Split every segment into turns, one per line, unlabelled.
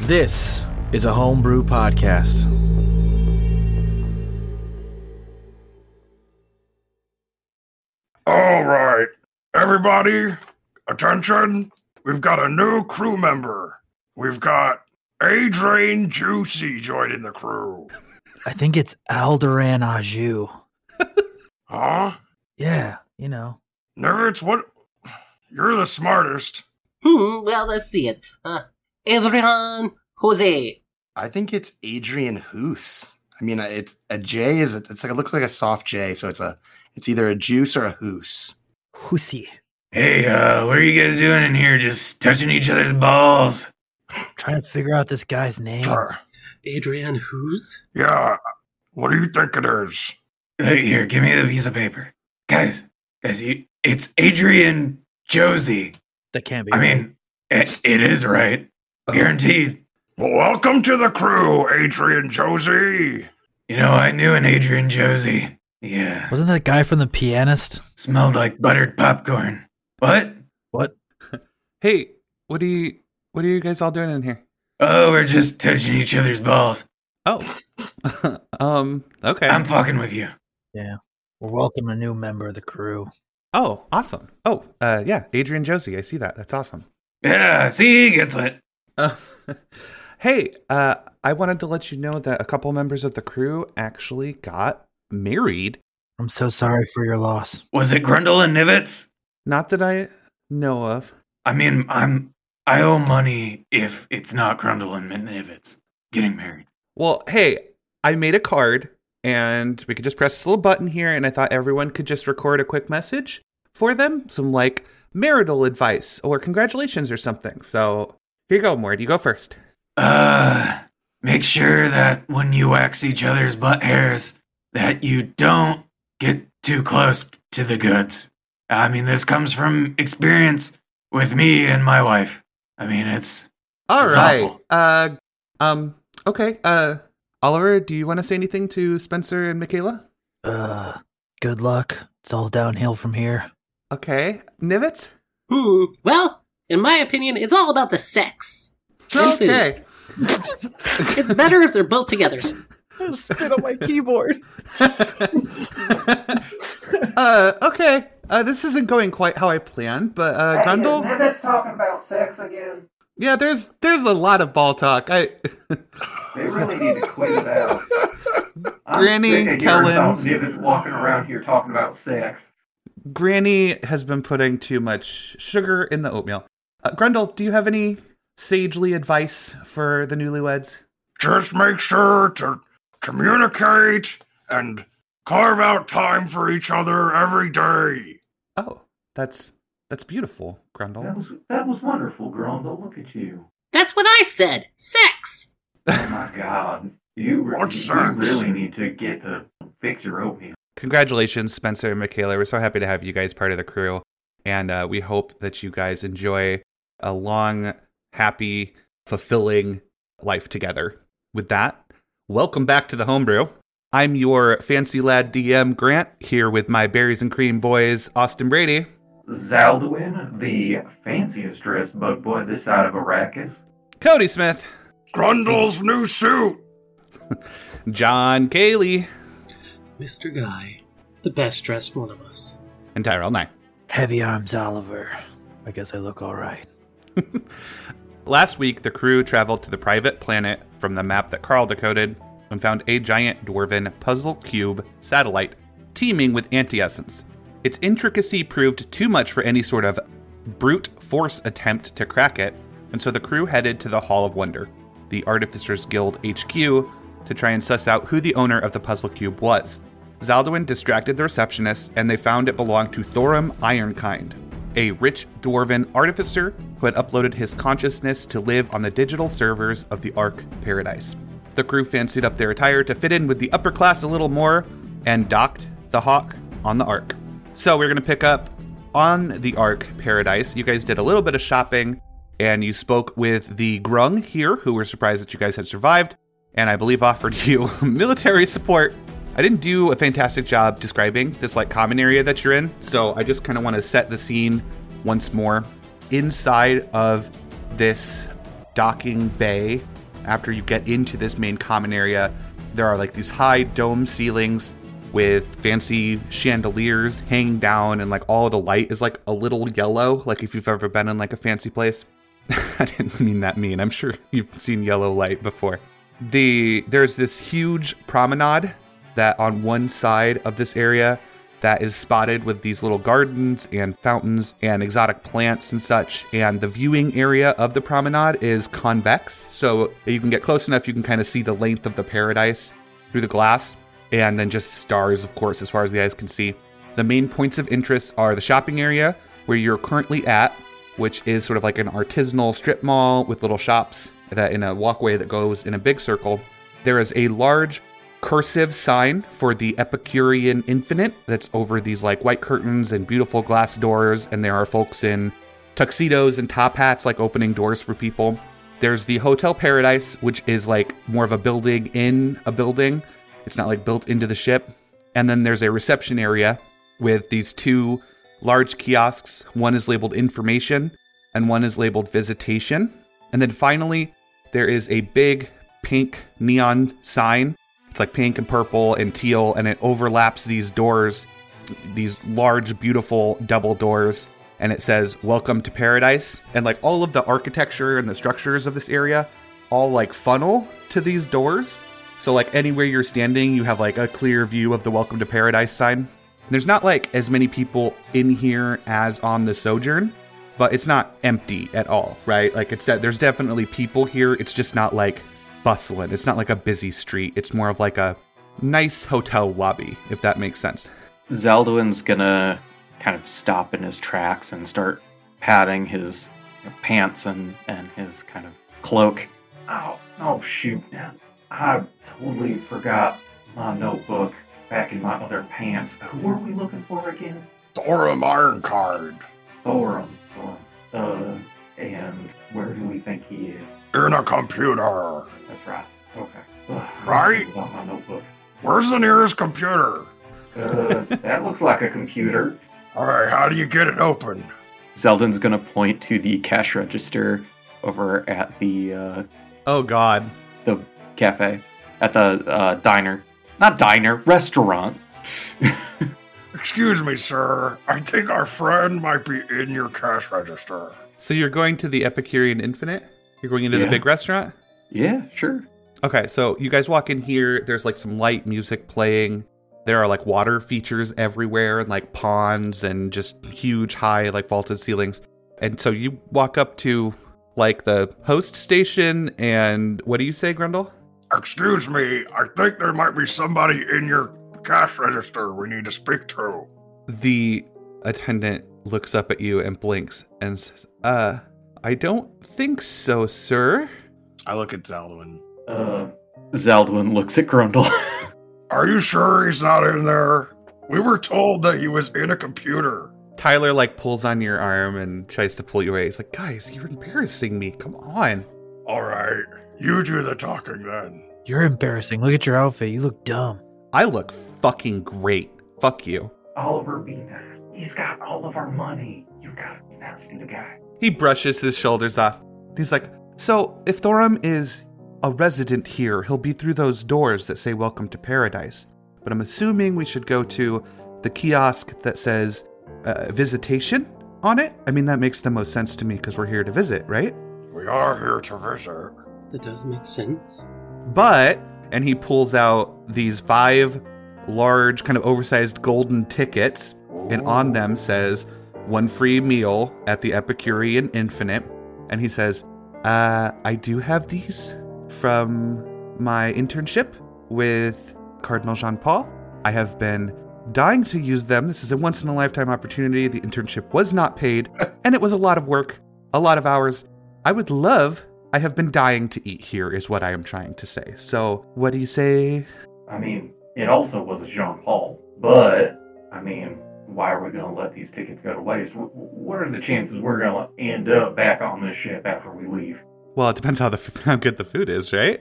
This is a homebrew podcast.
All right, everybody, attention. We've got a new crew member. We've got Adrian Juicy joining the crew.
I think it's Alderan Aju.
Huh?
Yeah, you know.
Nervitz, what? You're the smartest.
Hmm, well, let's see it. Uh, Adrian Jose.
I think it's Adrian Hoos. I mean, it's a J. Is it? It's like it looks like a soft J. So it's a. It's either a juice or a hoos.
Hussy.
Hey, uh, what are you guys doing in here? Just touching each other's balls?
Trying to figure out this guy's name.
Tar-
Adrian who's?
Yeah. What do you think it is?
Right here, give me the piece of paper, guys. Guys, you, it's Adrian Josie.
That can't be.
I mean, it, it is right, guaranteed.
Well, welcome to the crew, Adrian Josie.
You know, I knew an Adrian Josie. Yeah,
wasn't that guy from The Pianist?
smelled like buttered popcorn. What?
Hey, what do you what are you guys all doing in here?
Oh, we're just touching each other's balls.
Oh. um, okay.
I'm fucking with you.
We're welcome a new member of the crew.
oh, awesome. Oh, uh yeah, Adrian Josie, I see that. That's awesome.
Yeah, see, he gets it.
Uh, hey, uh I wanted to let you know that a couple members of the crew actually got married.
I'm so sorry for your loss.
Was it Grundle and Nivets?
Not that I know of.
I mean, I'm I owe money if it's not Grundle and Nivets getting married.
Well, hey, I made a card and we could just press this little button here, and I thought everyone could just record a quick message for them, some like marital advice or congratulations or something. So here you go, Mord. You go first.
Uh, make sure that when you wax each other's butt hairs, that you don't get too close to the goods. I mean, this comes from experience with me and my wife. I mean, it's
All
It's
right.
awful.
Uh, um, okay. Uh, Oliver, do you want to say anything to Spencer and Michaela?
Uh, good luck. It's all downhill from here.
Okay. Nivets?
Hmm, well, in my opinion, it's all about the sex. And food.
Okay.
It's better if they're both together.
Spit on my keyboard.
uh, okay. Uh, this isn't going quite how I planned, but uh, Grundle.
That's talking about sex again.
Yeah, there's there's a lot of ball talk. I
They really need to quit it out.
Granny, tell him.
Nivis walking around here talking about sex.
Granny has been putting too much sugar in the oatmeal. Uh, Grundle, do you have any sagely advice for the newlyweds?
Just make sure to communicate and carve out time for each other every day.
Oh, that's that's beautiful,
That
Grundle.
was that was wonderful, Grumble. Look at you.
That's what I said. Sex.
Oh my God, you, re-
What's
you
sex?
really need to get to fix your oatmeal.
Congratulations, Spencer and Michaela. We're so happy to have you guys part of the crew, and uh, we hope that you guys enjoy a long, happy, fulfilling life together. With that, welcome back to the homebrew. I'm your fancy lad DM Grant here with my berries and cream boys, Austin Brady.
Zaldwin, the fanciest dressed bug boy this side of Arrakis.
Cody Smith,
Grundle's new suit.
John Cayley,
Mr. Guy, the best dressed one of us.
and Tyrell Nye.
Heavy arms, Oliver. I guess I look all right.
Last week, the crew traveled to the private planet from the map that Carl decoded and found a giant dwarven puzzle cube satellite teeming with anti-essence. Its intricacy proved too much for any sort of brute force attempt to crack it, and so the crew headed to the Hall of Wonder, the Artificers Guild HQ, to try and suss out who the owner of the puzzle cube was. Zaldwin distracted the receptionist, and they found it belonged to Thorum Ironkind, a rich dwarven artificer who had uploaded his consciousness to live on the digital servers of the Ark Paradise. The crew fancied up their attire to fit in with the upper class a little more and docked the Hawk on the Ark. So we're going to pick up on the Ark Paradise. You guys did a little bit of shopping and you spoke with the Grung here, who were surprised that you guys had survived, and I believe offered you military support. I didn't do a fantastic job describing this like common area that you're in, so I just kind of want to set the scene once more. Inside of this docking bay after you get into this main common area, there are like these high dome ceilings with fancy chandeliers hanging down, and like all the light is like a little yellow, like if you've ever been in like a fancy place. I didn't mean that mean. I'm sure you've seen yellow light before. The there's this huge promenade that on one side of this area that is spotted with these little gardens and fountains and exotic plants and such. And the viewing area of the promenade is convex, so you can get close enough you can kind of see the length of the paradise through the glass, and then just stars, of course, as far as the eyes can see. The main points of interest are the shopping area where you're currently at, which is sort of like an artisanal strip mall with little shops that in a walkway that goes in a big circle. There is a large cursive sign for the Epicurean Infinite that's over these like white curtains and beautiful glass doors, and there are folks in tuxedos and top hats like opening doors for people. There's the Hotel Paradise, which is like more of a building in a building. It's not like built into the ship. And then there's a reception area with these two large kiosks. One is labeled information and one is labeled visitation. And then finally, there is a big pink neon sign. It's like pink and purple and teal, and it overlaps these doors, these large, beautiful double doors. And it says, Welcome to Paradise. And like all of the architecture and the structures of this area all like funnel to these doors. So like anywhere you're standing, you have like a clear view of the Welcome to Paradise sign. There's not like as many people in here as on the Sojourn, but it's not empty at all, right? Like it's that there's definitely people here. It's just not like bustling. It's not like a busy street. It's more of like a nice hotel lobby, if that makes sense.
Zeldwin's gonna kind of stop in his tracks and start patting his pants and, and his kind of cloak.
Oh, oh shoot. I totally forgot my notebook back in my other pants. Who were we looking for again?
Thorum Ironcard.
Thorum. Thorum. Uh, and where do we think he is?
In a computer.
That's right. Okay. Ugh, I
Right.
forgot my notebook.
Where's the nearest computer?
Uh, that looks like a computer.
All right, how do you get it open?
Zeldin's gonna point to the cash register over at the uh,
Oh God.
the cafe, at the uh, diner, not diner, restaurant.
Excuse me, sir. I think our friend might be in your cash register.
So you're going to the Epicurean Infinite? You're going into the
Yeah.
big restaurant?
Yeah, sure.
Okay, so you guys walk in here. There's like some light music playing. There are like water features everywhere and like ponds and just huge high like vaulted ceilings. And so you walk up to like the host station and what do you say, Grundle?
Excuse me, I think there might be somebody in your cash register we need to speak to.
The attendant looks up at you and blinks and says, "Uh, I don't think so, sir."
I look at Zeldwin.
Uh,
Zeldwin looks at Grundle.
Are you sure he's not in there? We were told that he was in a computer.
Tyler like pulls on your arm and tries to pull you away. He's like, "Guys, you're embarrassing me. Come on."
All right, you do the talking then.
You're embarrassing. Look at your outfit. You look dumb.
I look fucking great. Fuck you.
Oliver, be nice. He's got all of our money. You gotta be nice to the guy.
He brushes his shoulders off. He's like, So, if Thorum is a resident here, he'll be through those doors that say Welcome to Paradise. But I'm assuming we should go to the kiosk that says uh, Visitation on it. I mean, that makes the most sense to me because we're here to visit, right?
We are here to visit.
That does make sense.
But, and he pulls out these five large, kind of oversized golden tickets, and on them says, one free meal at the Epicurean Infinite. And he says, uh, I do have these from my internship with Cardinal Jean Paul. I have been dying to use them. This is a once in a lifetime opportunity. The internship was not paid, and it was a lot of work, a lot of hours. I would love, I have been dying to eat here, is what I am trying to say. So, what do you say?
I mean, it also was a Jean Paul, but I mean, why are we gonna let these tickets go to waste? Wh- What are the chances we're gonna end up back on this ship after we leave?
Well, it depends how the f- how good the food is, right?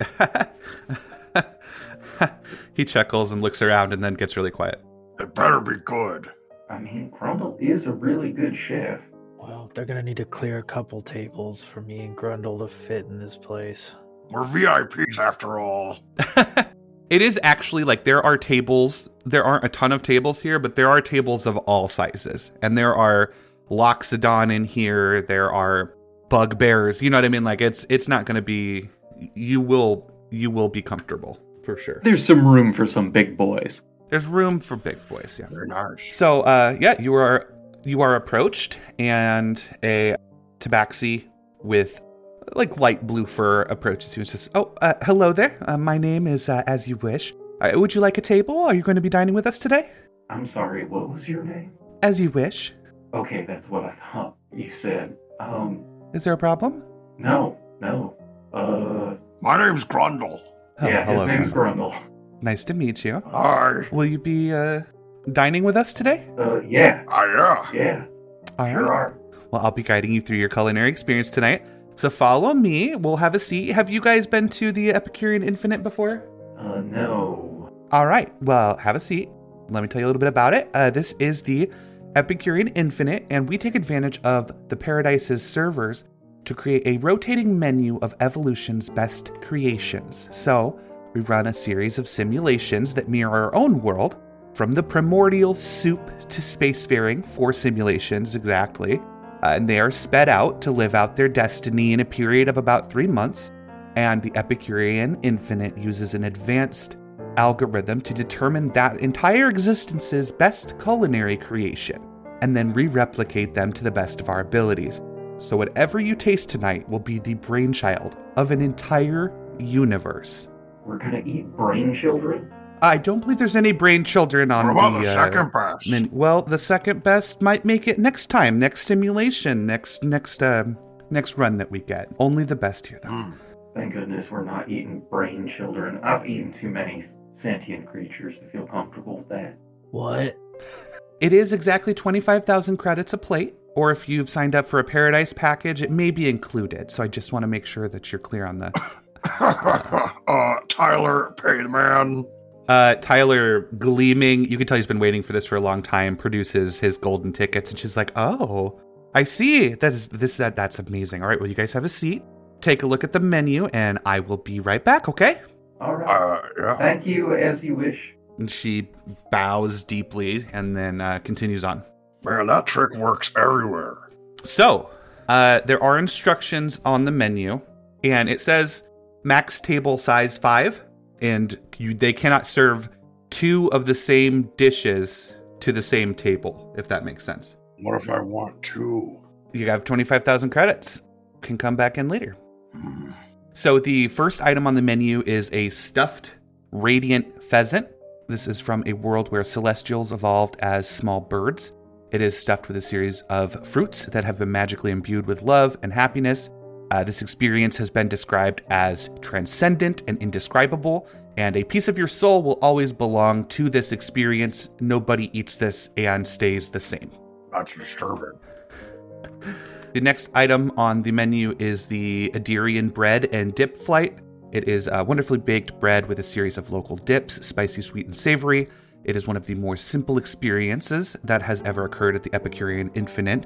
he chuckles and looks around and then gets really quiet.
It better be good.
I mean, Crumble is a really good chef.
Well, they're gonna need to clear a couple tables for me and Grundle to fit in this place.
We're VIPs after all.
it is actually like there are tables. There aren't a ton of tables here, but there are tables of all sizes. And there are Loxodon in here. There are bugbears. You know what I mean? Like it's it's not going to be. You will you will be comfortable for sure.
There's some room for some big boys.
There's room for big boys. Yeah.
They're narsh.
So uh, yeah, you are you are approached, and a tabaxi with like light blue fur approaches you and says, "Oh, uh, hello there. Uh, my name is uh, As You Wish. Uh, would you like a table? Are you going to be dining with us today?
I'm sorry, what was your name?
As you wish.
Okay, that's what I thought you said. Um,
Is there a problem?
no, no. Uh,
My name's Grundle.
Oh,
yeah, his name's
Grandma.
Grundle.
Nice to meet you.
Hi.
Will you be uh, dining with us today?
Uh, yeah,
Ah, yeah.
yeah,
All
sure are.
Well, I'll be guiding you through your culinary experience tonight. So follow me. We'll have a seat. Have you guys been to the Epicurean Infinite before?
Uh, no.
All right. Well, have a seat. Let me tell you a little bit about it. Uh, this is the Epicurean Infinite, and we take advantage of the Paradise's servers to create a rotating menu of evolution's best creations. So we run a series of simulations that mirror our own world, from the primordial soup to spacefaring, four simulations exactly. Uh, and they are sped out to live out their destiny in a period of about three months. And the Epicurean Infinite uses an advanced algorithm to determine that entire existence's best culinary creation and then re replicate them to the best of our abilities. So, whatever you taste tonight will be the brainchild of an entire universe.
We're gonna eat brain children?
I don't believe there's any brain children on
What about the,
the, uh,
second pass?
min- well, the second best might make it next time, next simulation, next next um, next run that we get. Only the best here, though.
Mm.
Thank goodness we're not eating brain children. I've eaten too many sentient creatures to feel comfortable with that.
What?
It is exactly 25,000 credits a plate, or if you've signed up for a paradise package, it may be included. So I just want to make sure that you're clear on the.
uh, Tyler, pay the man.
Uh, Tyler, gleaming, you can tell he's been waiting for this for a long time, produces his golden tickets, and she's like, "Oh, I see. That is this that that's amazing. All right, well, you guys have a seat, take a look at the menu, and I will be right back. Okay."
All right.
Uh, yeah.
Thank you, as you wish.
And she bows deeply and then uh, continues on.
Man, that trick works everywhere.
So, uh, there are instructions on the menu, and it says max table size five, and you, they cannot serve two of the same dishes to the same table, if that makes sense.
What if I want two?
You have 25,000 credits. Can come back in later.
Hmm.
So, the first item on the menu is a stuffed radiant pheasant. This is from a world where celestials evolved as small birds. It is stuffed with a series of fruits that have been magically imbued with love and happiness. Uh, this experience has been described as transcendent and indescribable, and a piece of your soul will always belong to this experience. Nobody eats this and stays the same.
That's disturbing.
The next item on the menu is the Adirian bread and dip flight. It is a wonderfully baked bread with a series of local dips, spicy, sweet, and savory. It is one of the more simple experiences that has ever occurred at the Epicurean Infinite,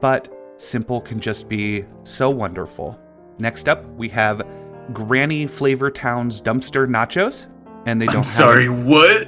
but simple can just be so wonderful. Next up, we have Granny Flavor Town's dumpster nachos, and they don't.
I'm
have-
sorry, what?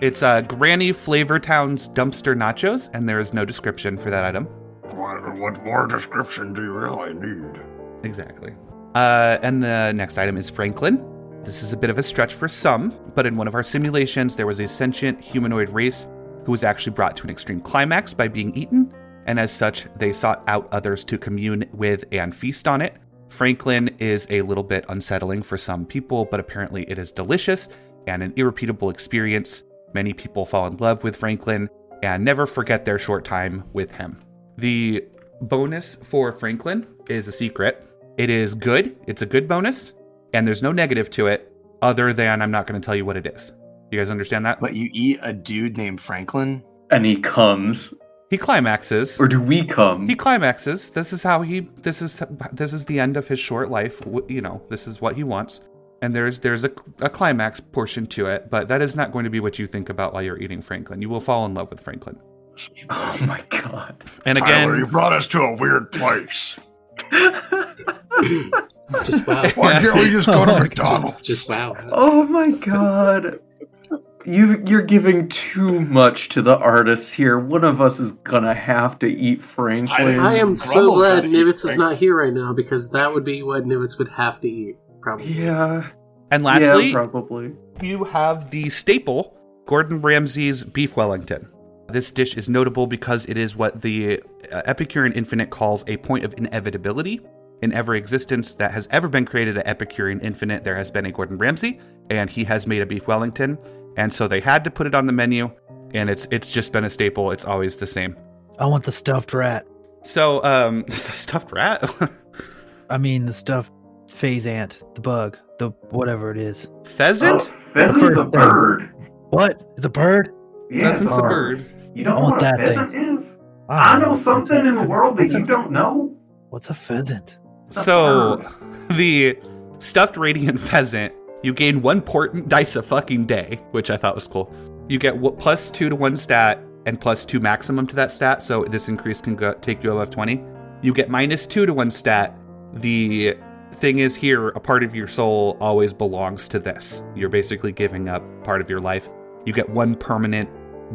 It's uh, Granny Flavor Town's dumpster nachos, and there is no description for that item.
What, what more description do you really need?
Exactly. Uh, and the next item is Franklin. This is a bit of a stretch for some, but in one of our simulations, there was a sentient humanoid race who was actually brought to an extreme climax by being eaten, and as such, they sought out others to commune with and feast on it. Franklin is a little bit unsettling for some people, but apparently it is delicious and an irrepeatable experience. Many people fall in love with Franklin and never forget their short time with him. The bonus for Franklin is a secret. It is good, it's a good bonus, and there's no negative to it other than I'm not going to tell you what it is. You guys understand that?
But you eat a dude named Franklin?
And he comes.
He climaxes.
Or do we come?
He climaxes. This is how he. This is this is the end of his short life. W- You know, this is what he wants, and there's there's a, a climax portion to it, but that is not going to be what you think about while you're eating Franklin. You will fall in love with Franklin.
Oh my god.
And
Tyler, you
again,
brought us to a weird place.
just wow.
Why can't we just go to McDonald's?
Just wow.
Oh my god. You you're giving too much to the artists here. One of us is gonna have to eat Franklin.
I am so
Grumble's
glad
gotta eat
Nivitz is
Frank.
not here right now because that would be what Nivitz would have to eat, probably.
Yeah.
And lastly,
yeah, probably.
you have the staple Gordon Ramsay's beef Wellington. This dish is notable because it is what the uh, Epicurean Infinite calls a point of inevitability. In every existence that has ever been created at Epicurean Infinite, there has been a Gordon Ramsay, and he has made a beef Wellington, and so they had to put it on the menu, and it's it's just been a staple. It's always the same.
I want the stuffed rat.
So, um, the stuffed rat,
I mean, the stuffed phase ant, the bug, the whatever it is.
Oh,
pheasant.
pheasant's a
Bird.
bird.
What? It's a bird?
Yeah, it's
Pheasant's a bird.
You don't
I
know
want
what
that
a
thing.
pheasant is?
I
I
don't
know something in the world that
What's Um, a-
you don't know.
What's a pheasant?
It's a
So,
bird.
the stuffed radiant pheasant, you gain one portent dice a fucking day, which I thought was cool. You get wh- plus two to one stat and plus two maximum to that stat, so this increase can go- take you above 20. You get minus two to one stat. The thing is here, a part of your soul always belongs to this. You're basically giving up part of your life. You get one permanent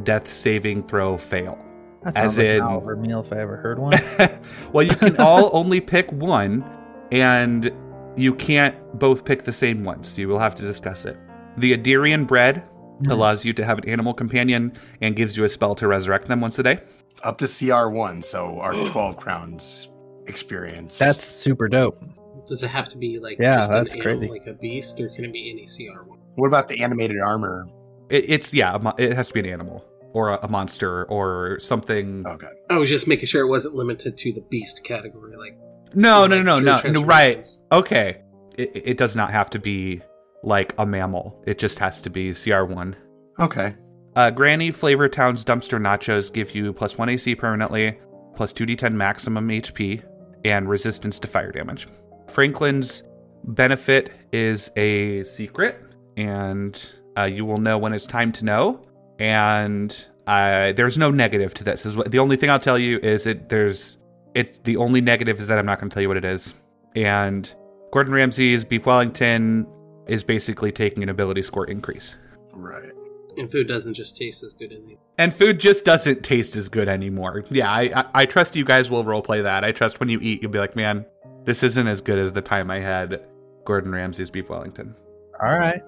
death saving throw fail.
That
As
sounds like
in-
an Oliver meal if I ever heard one.
well, you can all only pick one, and you can't both pick the same one, so you will have to discuss it. The Adirian bread
Mhm.
allows you to have an animal companion and gives you a spell to resurrect them once a day.
Up to CR one, so our twelve crowns experience.
That's super dope.
Does it have to be like
Yeah,
just
that's
an animal,
crazy.
like a beast, or can it be any CR one?
what about the animated armor?
It, it's yeah, a mo- it has to be an animal or a, a monster or something.
Oh,
Okay.
I was just making sure it wasn't limited to the beast category, like
No,
like
no, no,
true
no, no, right?
transformations.
Okay, it, it it does not have to be like a mammal. It just has to be CR one.
Okay.
Uh, Granny Flavor Town's dumpster nachos give you plus one AC permanently, plus two D10 maximum HP, and resistance to fire damage. Franklin's benefit is a secret, and uh, you will know when it's time to know. And uh, there's no negative to this. Is what the only thing I'll tell you is it there's it's the only negative is that I'm not going to tell you what it is. And Gordon Ramsay's Beef Wellington is basically taking an ability score increase.
Right.
and food doesn't just taste as good in it.
And food just doesn't taste as good anymore. Yeah, I, I, I trust you guys will roleplay that. I trust when you eat, you'll be like, man, this isn't as good as the time I had Gordon Ramsay's beef Wellington.
All right.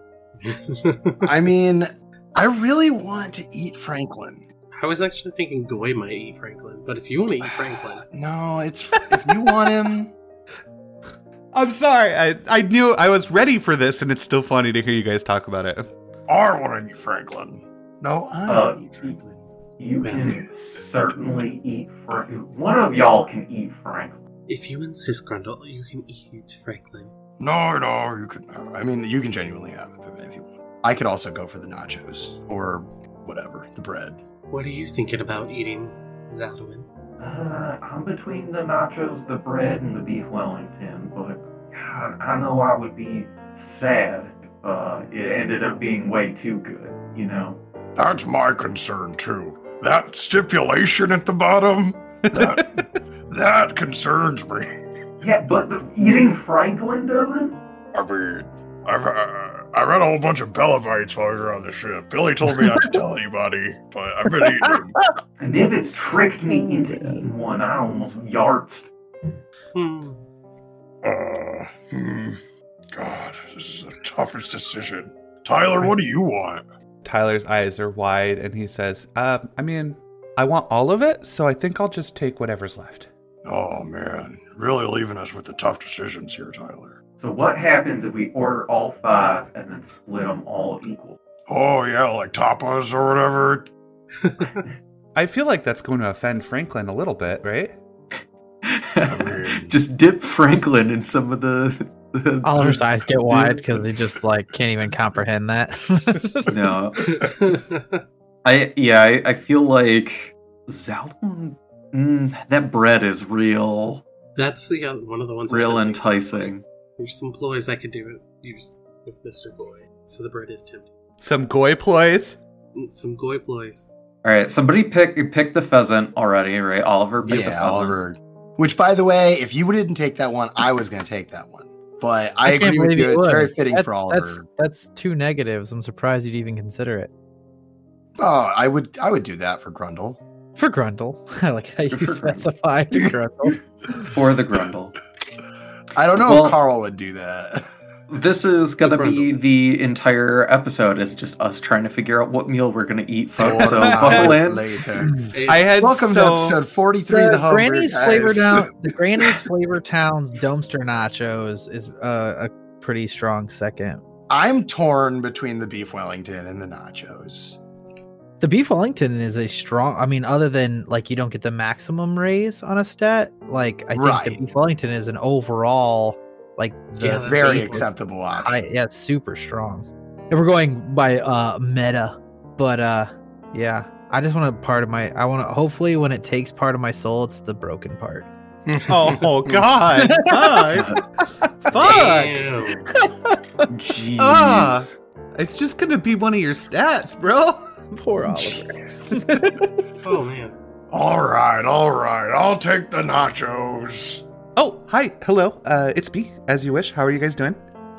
I mean, I really want to eat Franklin.
I was actually thinking Goy might eat Franklin, but if you want to eat Franklin,
No, it's if you want him.
I'm sorry. I, I knew I was ready for this, and it's still funny to hear you guys talk about it.
I want to eat Franklin.
No, I
Uh,
want to eat Franklin.
You can certainly eat Franklin. One of y'all can eat Franklin.
if you insist, Grundle, you can eat Franklin.
No, no, you can have
I mean, you can genuinely have it if you want. I could also go for the nachos or whatever the bread.
What are you thinking about eating, Zaldwin?
Uh, I'm between the nachos, the bread, and the beef Wellington, but God, I know I would be sad if uh, it ended up being way too good, you know?
it. That's my concern too. That stipulation at the bottom, that, that concerns me.
Yeah, but the, eating Franklin doesn't?
I mean, I've uh, I read a whole bunch of Bellavites while we were on the ship. Billy told me not to tell anybody, but I've been eating them.
And if it's tricked me into eating one, I almost yarts.
Hmm.
Uh, hmm. God, this is the toughest decision. Tyler, what do you want?
Tyler's eyes are wide, and he says, uh, I mean, I want all of it, so I think I'll just take whatever's left.
Oh man, really leaving us with the tough decisions here, Tyler.
So what happens if we order all five and then split them all equal?
Oh yeah, like tapas or whatever.
I feel like that's going to offend Franklin a little bit, right?
mean-
Just dip Franklin in some of the, the
Oliver's eyes get wide because he just like can't even comprehend that.
No. I yeah, I, I feel like Zaldwin mm, that bread is real
That's the other, one of the ones. I've
real
been thinking.
enticing.
There's some ploys I could do use with Mister Goy, so the bread is tempting. Mm,
Some goy ploys.
Some Goy ploys.
All right, somebody pick pick the pheasant already, right? Oliver picked the
Yeah,
pheasant.
Oliver Which, by the way, if you didn't take that one, I was going to take that one. But I,
can't
agree with
believe
you.
you
It's
would.
very fitting
That-
for Oliver.
That's that's two negatives. I'm surprised you'd even consider it
Oh, I would, I would do that for Grundle.
for Grundle. I like how
For
you
Grundle.
specified Grundle.
It's for the Grundle.
I don't know
Well-
if Carl would do that.
This is gonna
The
be the entire episode. It's just us trying to figure out what meal we're gonna eat,
Four
folks. So buckle
hours
in.
later.
I had
Welcome
so,
to episode forty-three. of the Hunger
Granny's
Guys.
Flavor Town, the Granny's Flavor Town's dumpster nachos is uh, a pretty strong second.
I'm torn between the beef Wellington and the nachos.
The beef Wellington is a strong. I mean, other than like you don't get the maximum raise on a stat, like I think the
Right.
beef Wellington is an overall like the
Yeah, that's
Very
a-
acceptable option.
I, yeah, it's super strong. If we're going by uh meta, but uh yeah, I just want to part of my I want to hopefully when it takes part of my soul, it's the broken part.
Oh God! Fuck. Fuck!
Damn.
Jeez.
Ah. It's just gonna be one of your stats, bro.
Poor Oliver.
Oh man.
All right, all right. I'll take the nachos.
Oh, hi, hello. Uh, it's me. As you wish. How are you guys doing?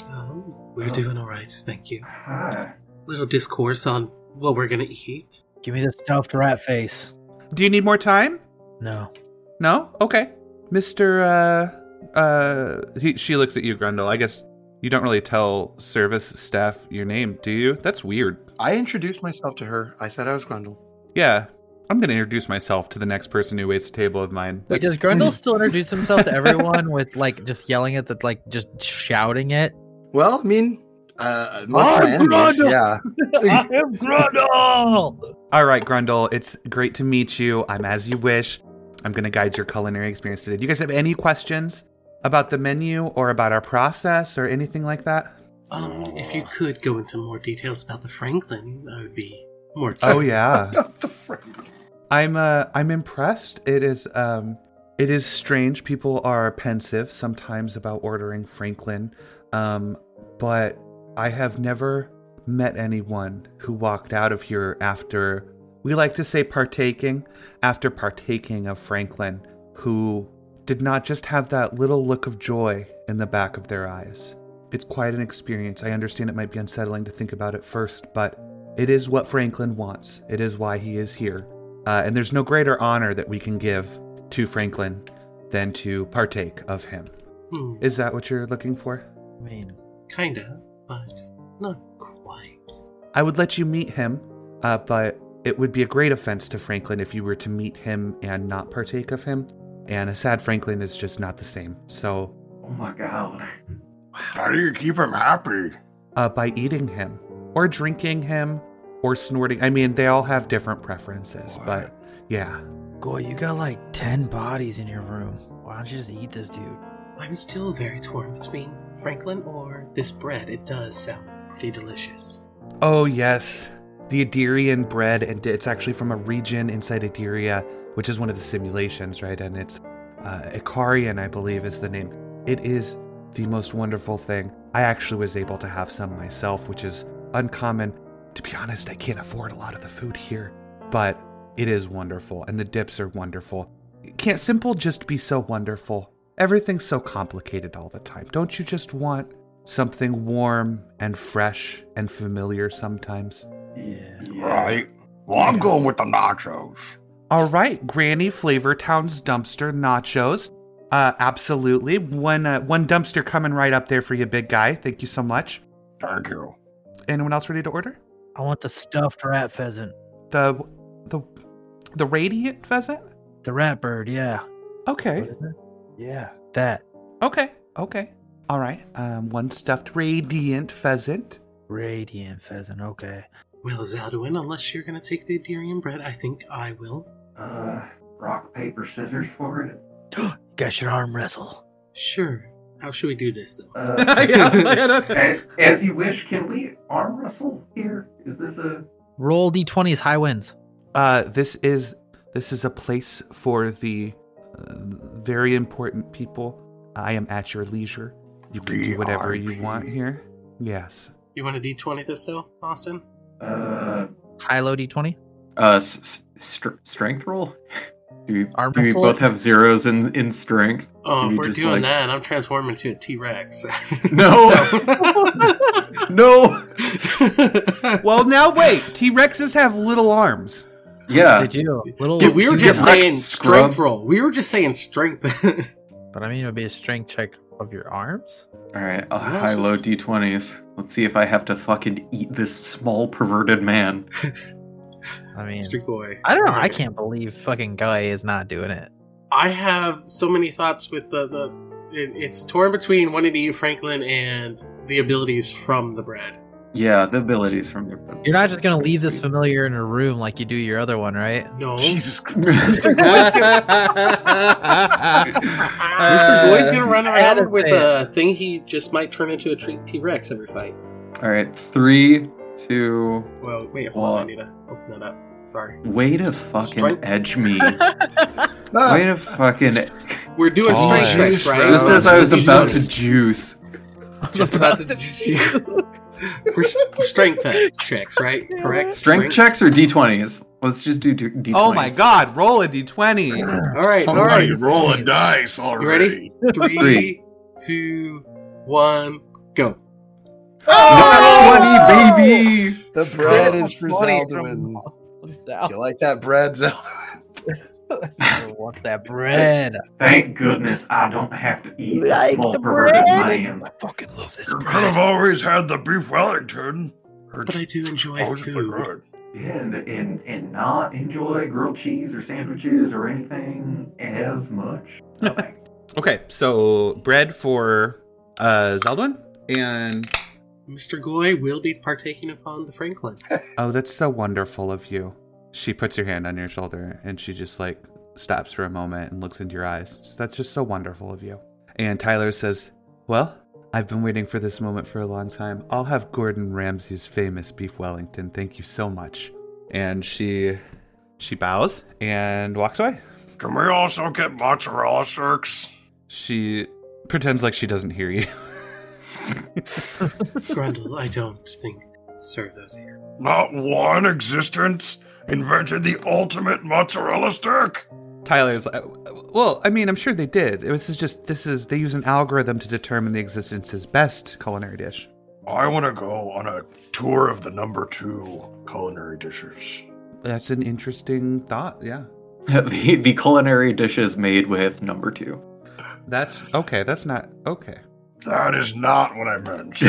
Oh, we're doing all right. Thank you.
Ah,
Hi.
Little discourse on what we're gonna eat.
Give me the stuffed rat face.
Do you need more time?
No.
No. Okay, Mister. Uh, uh, he, she looks at you, Grundle. I guess you don't really tell service staff your name, do you? That's weird.
I introduced myself to her. I said I was Grundle.
Yeah, I'm gonna introduce myself to the next person who waits a table of mine. Hmm.
Wait, does
That's-
Grundle still introduce himself to everyone with like just yelling at the like just shouting it?
Well, I mean, uh, most of my
I'm
enemies,
Grundle!
yeah.
I am Grundle.
All right, Grundle, it's great to meet you. I'm as you wish. I'm going to guide your culinary experience today. Do you guys have any questions about the menu or about our process or anything like that?
Um, if you could go into more details about the Franklin, I would be more.
Oh yeah.
About the Franklin.
I'm uh I'm impressed. It is um it is strange people are pensive sometimes about ordering Franklin. Um but I have never met anyone who walked out of here after we like to say partaking after partaking of Franklin who did not just have that little look of joy in the back of their eyes. It's quite an experience. I understand it might be unsettling to think about it first, but it is what Franklin wants. It is why he is here. Uh, and there's no greater honor that we can give to Franklin than to partake of him.
Hmm,
Is that what you're looking for?
I mean,
kinda, but not quite.
I would let you meet him, uh, but it would be a great offense to Franklin if you were to meet him and not partake of him. And a sad Franklin is just not the same. So,
Oh my god.
How do you keep him happy?
uh, by eating him, or drinking him, or snorting, I mean, they all have different preferences, but yeah.
Goy, you got like ten bodies in your room. Why don't you just eat this dude?
I'm still very torn between Franklin or this bread. It does sound pretty delicious.
Oh, yes. The Adirian bread, and it's actually from a region inside Adiria, which is one of the simulations, right? And it's uh, Ikarian, I believe, is the name. It is the most wonderful thing. I actually was able to have some myself, which is uncommon. To be honest, I can't afford a lot of the food here, but it is wonderful, and the dips are wonderful. Can't simple just be so wonderful? Everything's so complicated all the time. Don't you just want something warm and fresh and familiar sometimes.
Yeah.
Right. Well,
Hmm.
I'm going with the nachos.
All right, Granny Flavortown's dumpster nachos. Uh, absolutely, one uh, one dumpster coming right up there for you, big guy. Thank you so much.
Thank you.
Anyone else ready to order?
I want the stuffed rat pheasant.
The the the radiant pheasant.
The rat bird, yeah.
Okay,
Yeah. That
okay, okay. All right, um, one stuffed radiant pheasant.
radiant pheasant, okay.
Well, Zaldwin, unless you're gonna take the Adirian bread, I think I will.
Uh, rock, paper, scissors for it.
you guys should arm wrestle.
Sure. How should we do this, though?
Uh,
yeah,
as, as you wish, can we arm wrestle here? Is this a.
Roll d20s, high wins.
Uh, this is this is a place for the uh, very important people. I am at your leisure. You can do whatever you
VIP.
want here. Yes.
You want to D20 this, though, Austin?
Uh,
High low d20.
Uh, s- s- str- strength roll. Do we,
Armor
do we
flip?
both have zeros in, in strength?
Oh,
Maybe
if we're
just
doing
like-
that, I'm transforming into a T Rex.
No, no.
Well, now wait. T Rexes have little arms.
Yeah,
They do. Little,
Dude, we were
cute
just
little-
wrecked,
saying
scrub.
strength roll. We were just saying strength.
But I mean, it would be a strength check of your arms.
All right, I'll
What else
high low
is-
d20s. Let's see if I have to fucking eat this small perverted man.
I mean,
Strength boy.
I don't know. I can't believe fucking guy is not doing it.
I have so many thoughts with the the. It, it's torn between wanting to you, Franklin, and the abilities from the bread.
Yeah, the abilities from the.
You're not just gonna leave this familiar in a room like you do your other one, right?
No,
Jesus Christ.
Mr.
Mr. Boy's
Uh,
gonna run
Adam
around with
Sand.
a thing he just might turn into a T Rex every fight.
All right, three, two.
Well, wait, hold
Well-
on. I need to open that up. Sorry.
Way to fucking
Strike-
edge me.
Ah,
Way to fucking.
We're doing
Oh,
strength
jeez,
checks, right?
bro.
Just as I was
Just
about to juice.
juice. just about to we're s- strength te- checks, right? Correct.
Strength checks or d20s? Let's just do d- d20s.
Oh my god, roll a d20.
All right, all
Somebody
right.
roll a dice already.
ready? Three,
Three.
two, one, go.
Not
Oh!
20, baby!
The bread is for
Money
Zeldwin.
from-
You like that bread, Zeldwin?
I want that bread.
Thank goodness I don't have to eat
Like
a small
the
perverted
bread.
man.
I fucking love this
You could have always had the beef Wellington. Or
But I do enjoy
always been
food.
good.
And, and and not enjoy grilled cheese or sandwiches or anything as much. No, thanks.
Okay, so bread for uh Zeldwin and
Mr. Goy will be partaking upon the Franklin.
Oh, that's so wonderful of you. She puts her hand on your shoulder and she just like stops for a moment and looks into your eyes. Just- That's just so wonderful of you. And Tyler says, Well, I've been waiting for this moment for a long time. I'll have Gordon Ramsay's famous beef Wellington. Thank you so much. And she she bows and walks away.
Can we also get mozzarella sticks?
She pretends like she doesn't hear you.
Grundle, I don't think serve those here.
Not one existence invented the ultimate mozzarella stick.
Tyler's like, well, I mean, I'm sure they did. This is just, this is, they use an algorithm to determine the existence's best culinary dish.
I want to go on a tour of the number two culinary dishes.
That's an interesting thought. Yeah.
the, the culinary dishes made with number two.
That's okay. That's not okay.
That is not what I meant.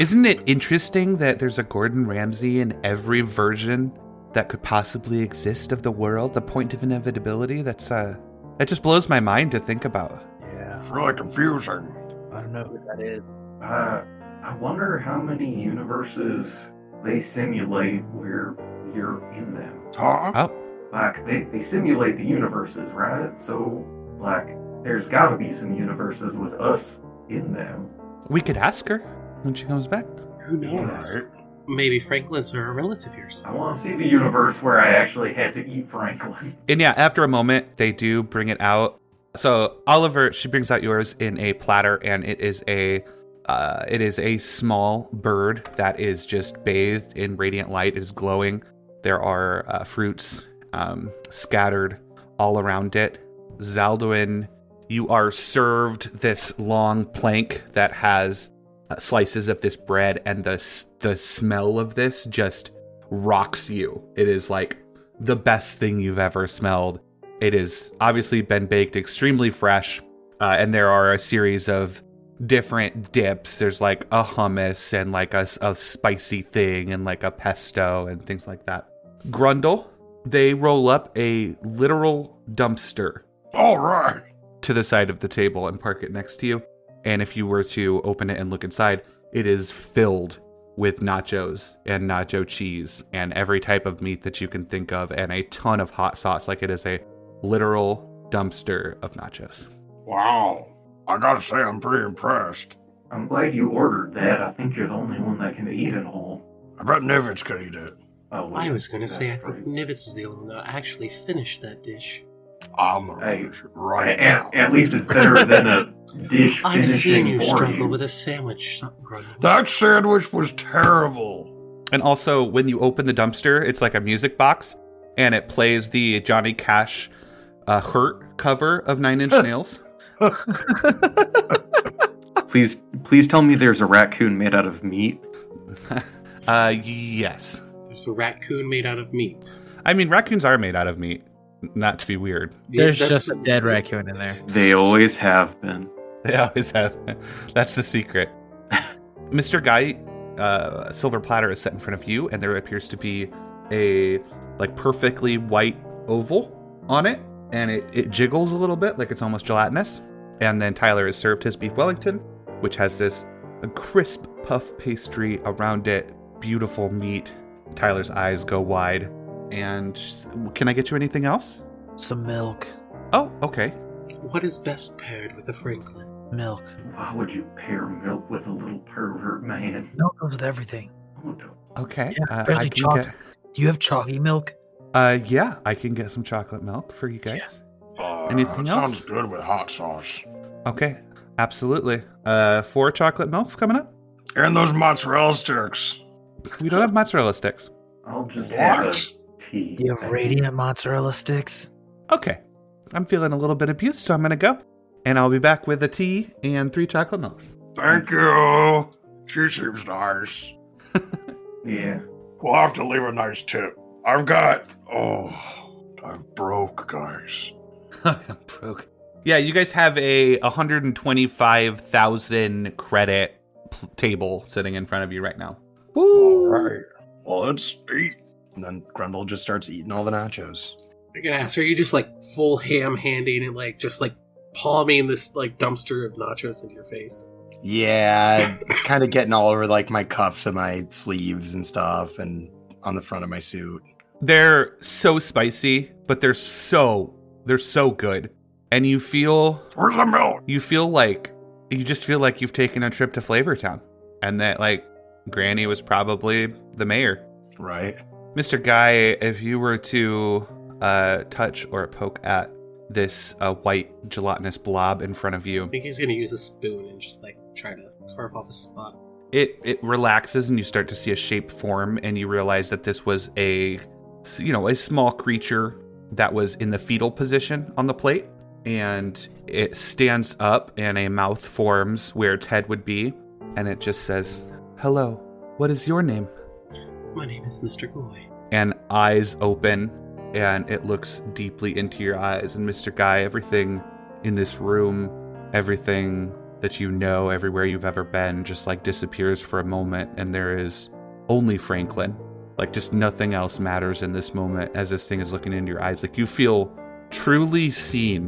Isn't it interesting that there's a Gordon Ramsay in every version that could possibly exist of the world? The point of inevitability? That's, uh, that just blows my mind to think about.
Yeah,
It's really confusing.
I don't know who that is.
Uh, I wonder how many universes they simulate where you're in them.
Huh?
Oh,
Like, they, they simulate the universes, right? So, like, there's gotta be some universes with us in them.
we could ask her when she comes back.
Who knows?
Yes.
Maybe Franklin's are a relative of yours.
I want to see the universe where I actually had to eat Franklin.
And yeah, after a moment, they do bring it out. So Oliver, she brings out yours in a platter, and it is a, uh, it is a small bird that is just bathed in radiant light. It is glowing. There are uh, fruits um, scattered all around it. Zalduin, you are served this long plank that has uh, slices of this bread, and the s- the smell of this just rocks you. It is like the best thing you've ever smelled. It has obviously been baked extremely fresh, uh, and there are a series of different dips. There's like a hummus and like a, s- a spicy thing and like a pesto and things like that. Grundle, they roll up a literal dumpster
All right.
to the side of the table and park it next to you. And if you were to open it and look inside, it is filled with nachos and nacho cheese and every type of meat that you can think of and a ton of hot sauce. Like it is a literal dumpster of nachos.
Wow. I gotta say, I'm pretty impressed.
I'm glad you ordered that. I think you're the only one that can eat it all.
I bet Nivitz could eat it.
Oh, wait,
I was going to
that's
say, I
right.
think Nivitz is the only one that actually finished that dish.
I'm gonna
Hey.
finish it
A-
right now.
At, at least it's better than a dish
I've seen
finishing
you
for
struggle
you.
with a sandwich, Grundle.
that sandwich was terrible.
And also, when you open the dumpster, it's like a music box and it plays the Johnny Cash uh, Hurt cover of Nine Inch Nails.
Please, please tell me there's a raccoon made out of meat.
Uh, yes.
There's a raccoon made out of meat.
I mean, raccoons are made out of meat, not to be weird.
Yeah,
There's
that's-
just a dead raccoon in there.
They always have been.
They always have. That's the secret. Mr. Guy, uh, a silver platter is set in front of you, and there appears to be a like perfectly white oval on it, and it, it jiggles a little bit, like it's almost gelatinous. And then Tyler is served his beef Wellington, which has this crisp puff pastry around it, beautiful meat. Tyler's eyes go wide. And s- can I get you anything else?
Some milk.
Oh, okay.
What is best paired with a Franklin?
Milk.
Why would you pair milk with a little pervert man?
Milk goes with everything.
What the-
Okay.
Yeah,
uh,
fairly
I can
chocolate.
get
Do you have chalky milk?
Uh, yeah, I can get some chocolate milk for you guys.
Uh,
Anything else?
Sounds good with hot sauce.
Okay, absolutely. Uh, four chocolate milks coming up.
And those mozzarella sticks.
We don't have mozzarella sticks.
I'll just have a
What?
tea.
Do you have
thank
radiant mozzarella sticks?
Okay, I'm feeling a little bit abused, so I'm gonna go, and I'll be back with a tea and three chocolate milks.
Thank you. She seems nice.
Yeah.
We'll have to leave a nice tip. I've got. Oh, I'm broke, guys.
I'm broke. Yeah, you guys have a 125,000 credit p- table sitting in front of you right now.
All right. Well, let's eat.
And then Grendel just starts eating all the nachos.
I'm gonna ask, are you just like full ham handing and like just like palming this like dumpster of nachos into your face?
Yeah, kind of getting all over like my cuffs and my sleeves and stuff, and on the front of my suit.
They're so spicy, but they're so they're so good, and you feel
Where's the milk?
you feel like you just feel like you've taken a trip to Flavortown and that like Granny was probably the mayor.
Right?
Mr. Guy, if you were to uh, touch or poke at this uh, white gelatinous blob in front of you,
I think he's gonna use a spoon and just like try to carve off a spot.
it it relaxes and you start to see a shape form and you realize that this was a you know a small creature that was in the fetal position on the plate and it stands up and a mouth forms where its head would be and it just says hello what is your name
My name is Mr. Goy.
and eyes open and it looks deeply into your eyes and mr guy everything in this room everything that you know everywhere you've ever been just like disappears for a moment and there is only franklin like just nothing else matters in this moment as this thing is looking into your eyes like you feel truly seen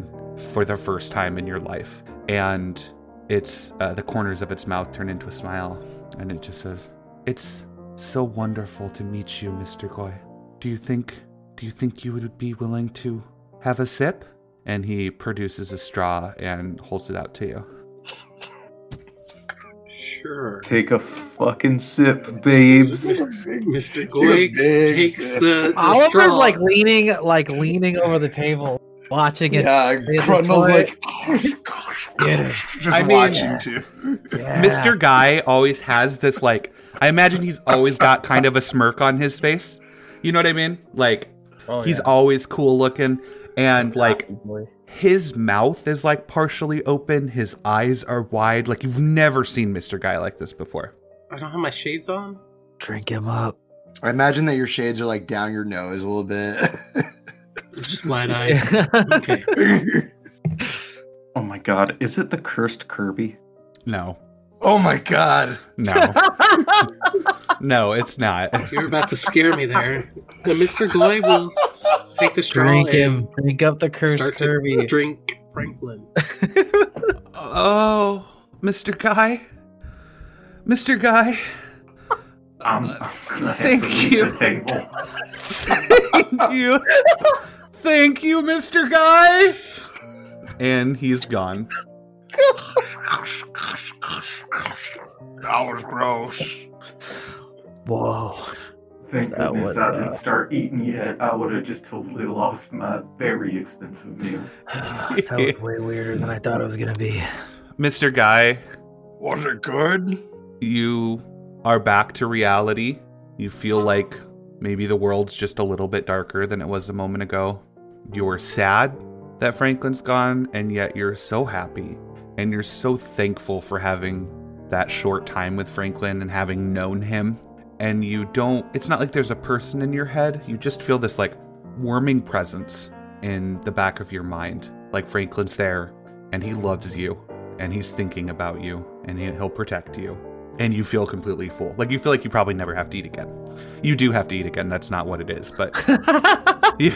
for the first time in your life and it's uh, the corners of its mouth turn into a smile and it just says it's so wonderful to meet you, Mr. Goy. Do you think do you think you would be willing to have a sip? And he produces a straw and holds it out to you.
Sure.
Take a fucking sip, babes.
Mr. Goy
big
takes
sip.
the, the
Oliver's
straw.
like leaning, like leaning over the table, watching it.
Yeah,
it's
Grendel's
like-
like, oh, gosh,
Get it.
just
I mean-
watching too.
Yeah.
Mr. Guy always has this like I imagine he's always got kind of a smirk on his face. You know what I mean? Like he's always cool looking and like his mouth is like partially open, his eyes are wide. Like you've never seen Mr. Guy like this before.
I don't have my shades on.
drink him up.
I imagine that your shades are like down your nose a little bit.
It's just blind eye.
That's
okay.
Oh my god, is it the cursed Kirby?
No.
oh my god.
No. no, it's not.
You're about to scare me there. The Mr. Goy will take the straw
drink him.
and
Drink up the cursed
start to
Kirby.
drink Franklin.
Oh, Mr. Guy. Mr. Guy,
I'm, I'm gonna have
Thank
to leave
you.
The table.
thank you. thank you, Mr. Guy. And he's gone.
That was gross.
Whoa.
Thank
That
goodness
was,
I didn't
uh,
start eating yet. I would have just totally lost my very expensive meal.
that was way weirder than I thought it was gonna be.
Mr. Guy,
Was it good?
you are back to reality. You feel like Maybe the world's just a little bit darker than it was a moment ago. You're sad that Franklin's gone, and yet you're so happy and you're so thankful for having that short time with Franklin and having known him. And you don't, it's not like there's a person in your head. You just feel this like warming presence in the back of your mind. Like Franklin's there and he loves you and he's thinking about you and he, he'll protect you. And you feel completely full. Like you feel like you probably never have to eat again. You do have to eat again. That's not what it is, but you,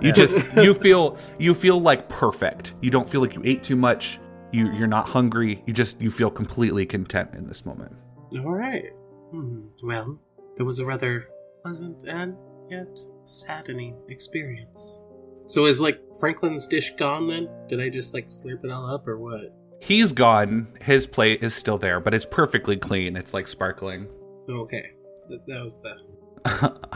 you just you feel you feel like perfect. You don't feel like you ate too much. You you're not hungry. You just you feel completely content in this moment.
All right. Hmm. Well, there was a rather pleasant and yet saddening experience. So is like Franklin's dish gone then? Did I just like slurp it all up or what?
He's gone. His plate is still there, but it's perfectly clean. It's like sparkling.
Okay, that, that was the.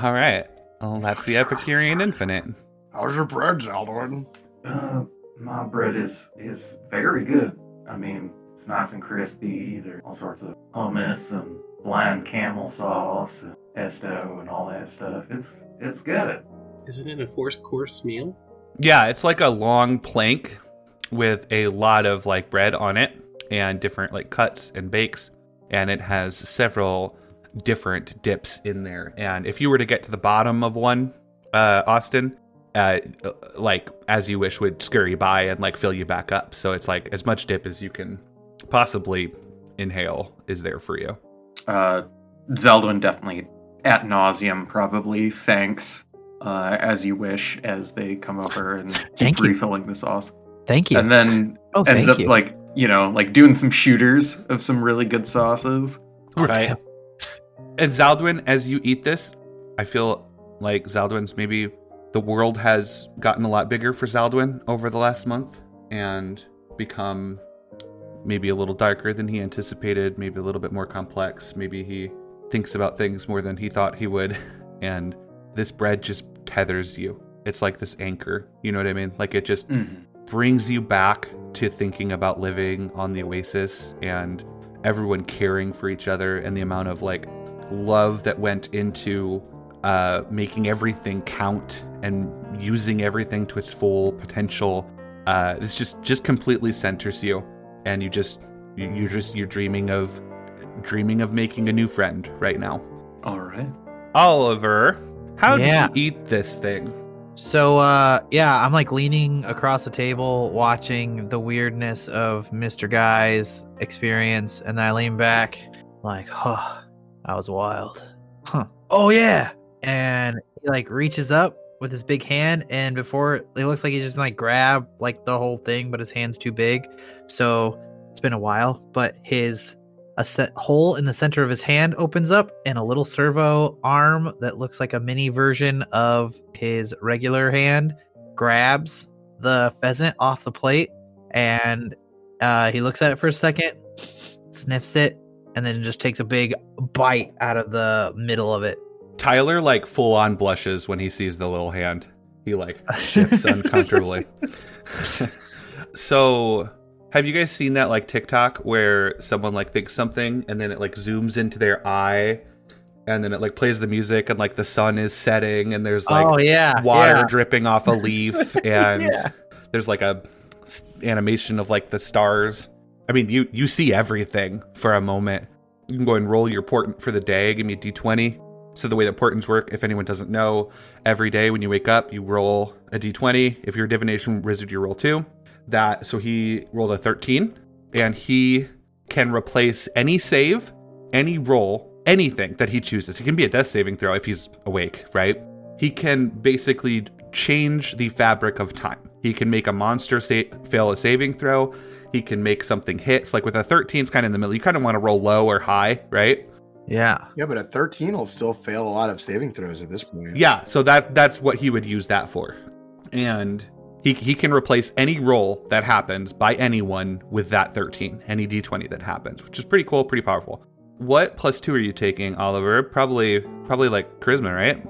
All right. Well, that's the Epicurean Infinite.
How's your bread, Zaldwin?
Uh, my bread is is very good. I mean, it's nice and crispy. There's all sorts of hummus and blind camel sauce and pesto and all that stuff. It's it's good.
Isn't it a four course meal?
Yeah, it's like a long plank with a lot of like bread on it and different like cuts and bakes. And it has several different dips in there. And if you were to get to the bottom of one, uh, Austin, uh, like as you wish would scurry by and like fill you back up. So it's like as much dip as you can possibly inhale is there for you.
Uh, Zeldwin definitely at nauseum probably thanks uh, as you wish as they come over and keep
Thank you.
refilling the sauce,
Thank you.
and then
oh,
ends
thank
up
you.
like you know like doing some shooters of some really good sauces.
Right.
And Zaldwin, as you eat this, I feel like Zaldwin's maybe the world has gotten a lot bigger for Zaldwin over the last month and become maybe a little darker than he anticipated, maybe a little bit more complex. Maybe he thinks about things more than he thought he would. And this bread just tethers you. It's like this anchor. You know what I mean? Like it just
Mm-hmm.
Mhm.
brings you back to thinking about living on the oasis and everyone caring for each other and the amount of like love that went into uh, making everything count and using everything to its full potential. Uh, this just just completely centers you, and you just you, you just you're dreaming of dreaming of making a new friend right now.
All right.
Oliver, how
Yeah.
do you eat this thing?
So uh yeah, I'm like leaning across the table watching the weirdness of Mr. Guy's experience and I lean back like, "Huh, that was wild." Huh. Oh yeah. And he like reaches up with his big hand and before it looks like he's just like grab like the whole thing, but his hand's too big. So it's been a while, but his a set hole in the center of his hand opens up and a little servo arm that looks like a mini version of his regular hand grabs the pheasant off the plate and uh, he looks at it for a second sniffs it and then just takes a big bite out of the middle of it
Tyler like full on blushes when he sees the little hand. He like shifts uncomfortably. so, have you guys seen that like TikTok where someone like thinks something and then it like zooms into their eye and then it like plays the music and like the sun is setting and there's like
oh yeah
water
yeah.
dripping off a leaf and
Yeah.
there's like a s- animation of like the stars. I mean, you you see everything for a moment. You can go and roll your portent for the day. Give me a d20. So the way that portents work, if anyone doesn't know, every day when you wake up, you roll a d20. If you're a divination wizard, you roll two. That so he rolled a 13, and he can replace any save, any roll, anything that he chooses. It can be a death saving throw if he's awake, right? he can basically change the fabric of time. He can make a monster sa- fail a saving throw. He can make something hits. Like with a 13, it's kind of in the middle. You kind of want to roll low or high, right?
yeah
Yeah, but a 13 will still fail a lot of saving throws at this point.
Yeah. So that that's what he would use that for. And he he can replace any roll that happens by anyone with that 13, any d20 that happens, which is pretty cool, pretty powerful. What plus two are you taking, Oliver? Probably probably like charisma, right?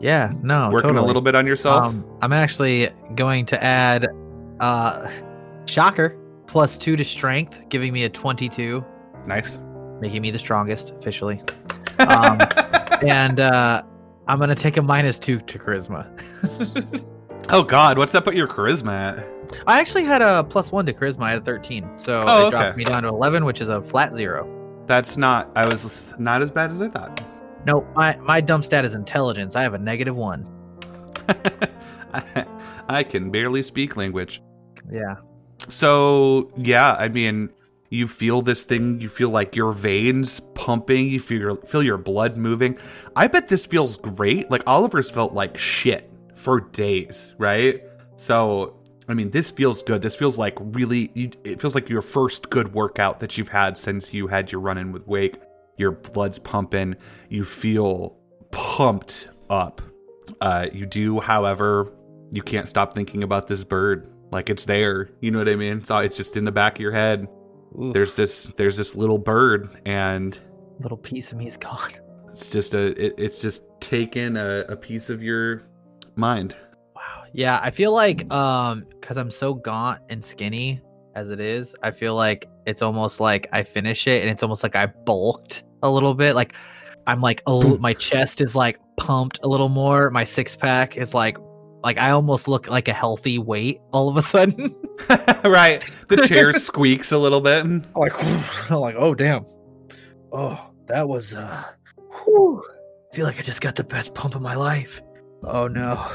yeah no
Working a
Oh, totally.
little bit on yourself.
Um, I'm actually going to add uh shocker plus 2 to strength giving me a 22
nice.
making me the strongest officially um, and uh I'm gonna take a minus two to charisma.
Oh God, what's that put your charisma at?
I actually had a plus one to charisma. I had a 13, so it
Oh,
dropped
okay.
me down to 11, which is a flat zero.
That's not. I was not as bad as I thought.
No, my my dumb stat is intelligence. I have a negative one.
I, I can barely speak language.
Yeah.
So yeah, I mean, you feel this thing. You feel like your veins pumping. You feel your, feel your blood moving. I bet this feels great. Like Oliver's felt like shit for days, right? So I mean, this feels good. This feels like really. You, it feels like your first good workout that you've had since you had your run in with Wake. Your blood's pumping. You feel pumped up. Uh, you do, however, you can't stop thinking about this bird. Like it's there. You know what I mean? It's, all, it's just in the back of your head.
Oof,
There's this there's this little bird and
little piece of me is gone.
it's just a it, it's just taken a, a piece of your mind.
Wow. Yeah, I feel like um cuz I'm so gaunt and skinny as it is, I feel like it's almost like I finish it and it's almost like I bulked a little bit. Like I'm like a little, my chest is like pumped a little more. My six-pack is like like I almost look like a healthy weight all of a sudden.
right. The chair squeaks a little bit.
like I'm like, "Oh damn. Oh, that was uh whew. I feel like I just got the best pump of my life. Oh no.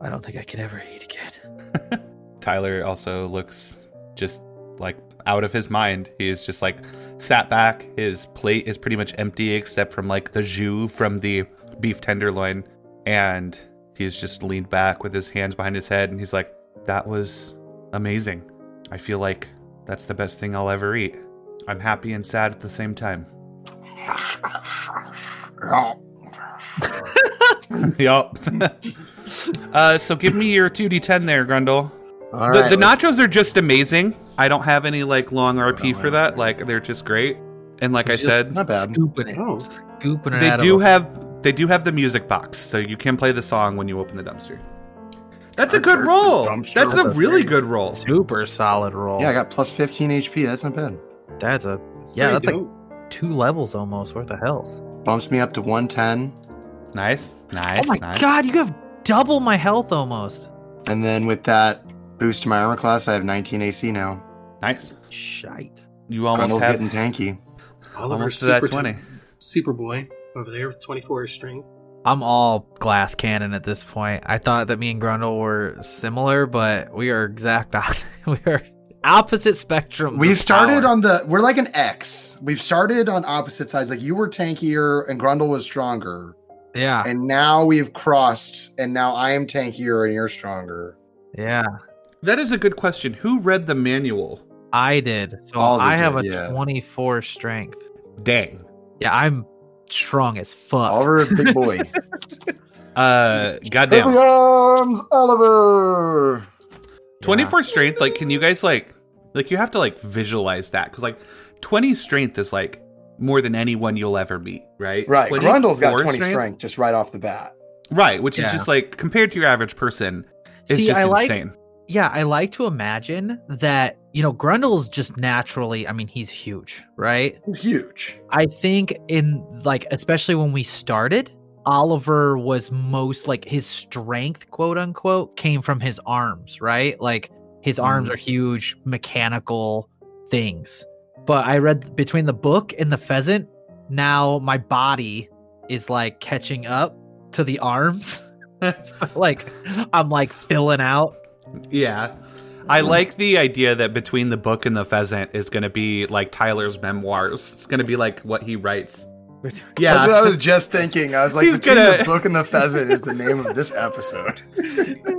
I don't think I can ever eat again."
Tyler also looks just like out of his mind. He is just like sat back. His plate is pretty much empty except from like the jus from the beef tenderloin. And he's just leaned back with his hands behind his head. And he's like, That was amazing. I feel like that's the best thing I'll ever eat. I'm happy and sad at the same time. yup. uh, so give me your 2d10 there, Grundle
All
the,
right,
the
let's-
nachos are just amazing. I don't have any like long
Let's throw
RP
that one
for
out
that.
there.
Like they're just great. And like I
Just-
said,
Not bad.
Scooping it.
Oh.
Scooping it
they
out
do
of
have they do have the music box, so you can play the song when you open the dumpster. That's a good roll.
Dumpster
That's a
with a
really
thing.
good
a
roll.
super solid roll.
Yeah, I got plus 15 HP. That's not bad.
that's a
That's
Yeah,
pretty
that's like-
dope.
two levels almost worth of health.
Bumps me up to 110.
Nice, nice,
oh my
nice.
god, you have double my health almost.
And then with that boost to my armor class, I have 19 AC now.
nice.
Shite.
You almost
Grundle's
have
getting tanky.
almost
Oliver's
to that
super
twenty.
Superboy over there with 24 strength.
I'm all glass cannon at this point. I thought that me and Grundle were similar, but we are exact op- we are opposite spectrum.
We started on the, we're like an X. We've started on opposite sides. Like you were tankier and Grundle was stronger.
Yeah.
And now we've crossed and now I am tankier and you're stronger.
Yeah.
That is a good question. Who read the manual?
I did. So
All of you
I have
did,
a
yeah.
24 strength.
Dang.
Yeah, I'm strong as fuck.
Oliver, is a big boy.
Uh, goddamn.
Big arms, Oliver.
Yeah.
24 strength like can you guys like like you have to like visualize that because like 20 strength is like more than anyone you'll ever meet right
Right.
24
Grundle's got 20 strength? just right off the bat.
right which
Yeah.
is just like compared to your average person it's
See,
just
I like
insane
yeah, I like to imagine that, you know, Grundle's just naturally, I mean, he's huge, right?
He's huge.
I think in like especially when we started, Oliver was most like his strength, quote unquote, came from his arms, right? Like his arms are huge mechanical things. But I read between the book and the pheasant, now my body is like catching up to the arms. so, like I'm like filling out.
yeah i
Mm.
like the idea that between the book and the pheasant is going to be like tyler's memoirs it's going to be like what he writes
That's
yeah
what I was just thinking. I was like,
He's
between
gonna-
the book and the pheasant is the name of this episode.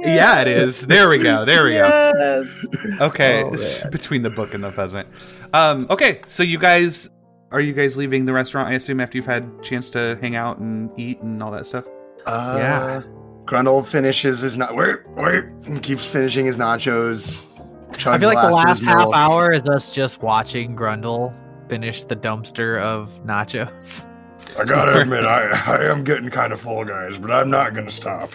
yeah it is there we go there we go
Yes.
Okay,
Oh,
s- between the book and the pheasant. Um, okay, so you guys are you guys leaving the restaurant? I assume after you've had chance to hang out and eat and all that stuff.
Uh,
Yeah.
Grundle finishes his not wait wait and keeps finishing his nachos. Chugs
I feel like the
of
last
his
half
milk.
hour is us just watching Grundle finish the dumpster of nachos.
I gotta admit, I, I am getting kind of full, guys, but I'm not gonna stop.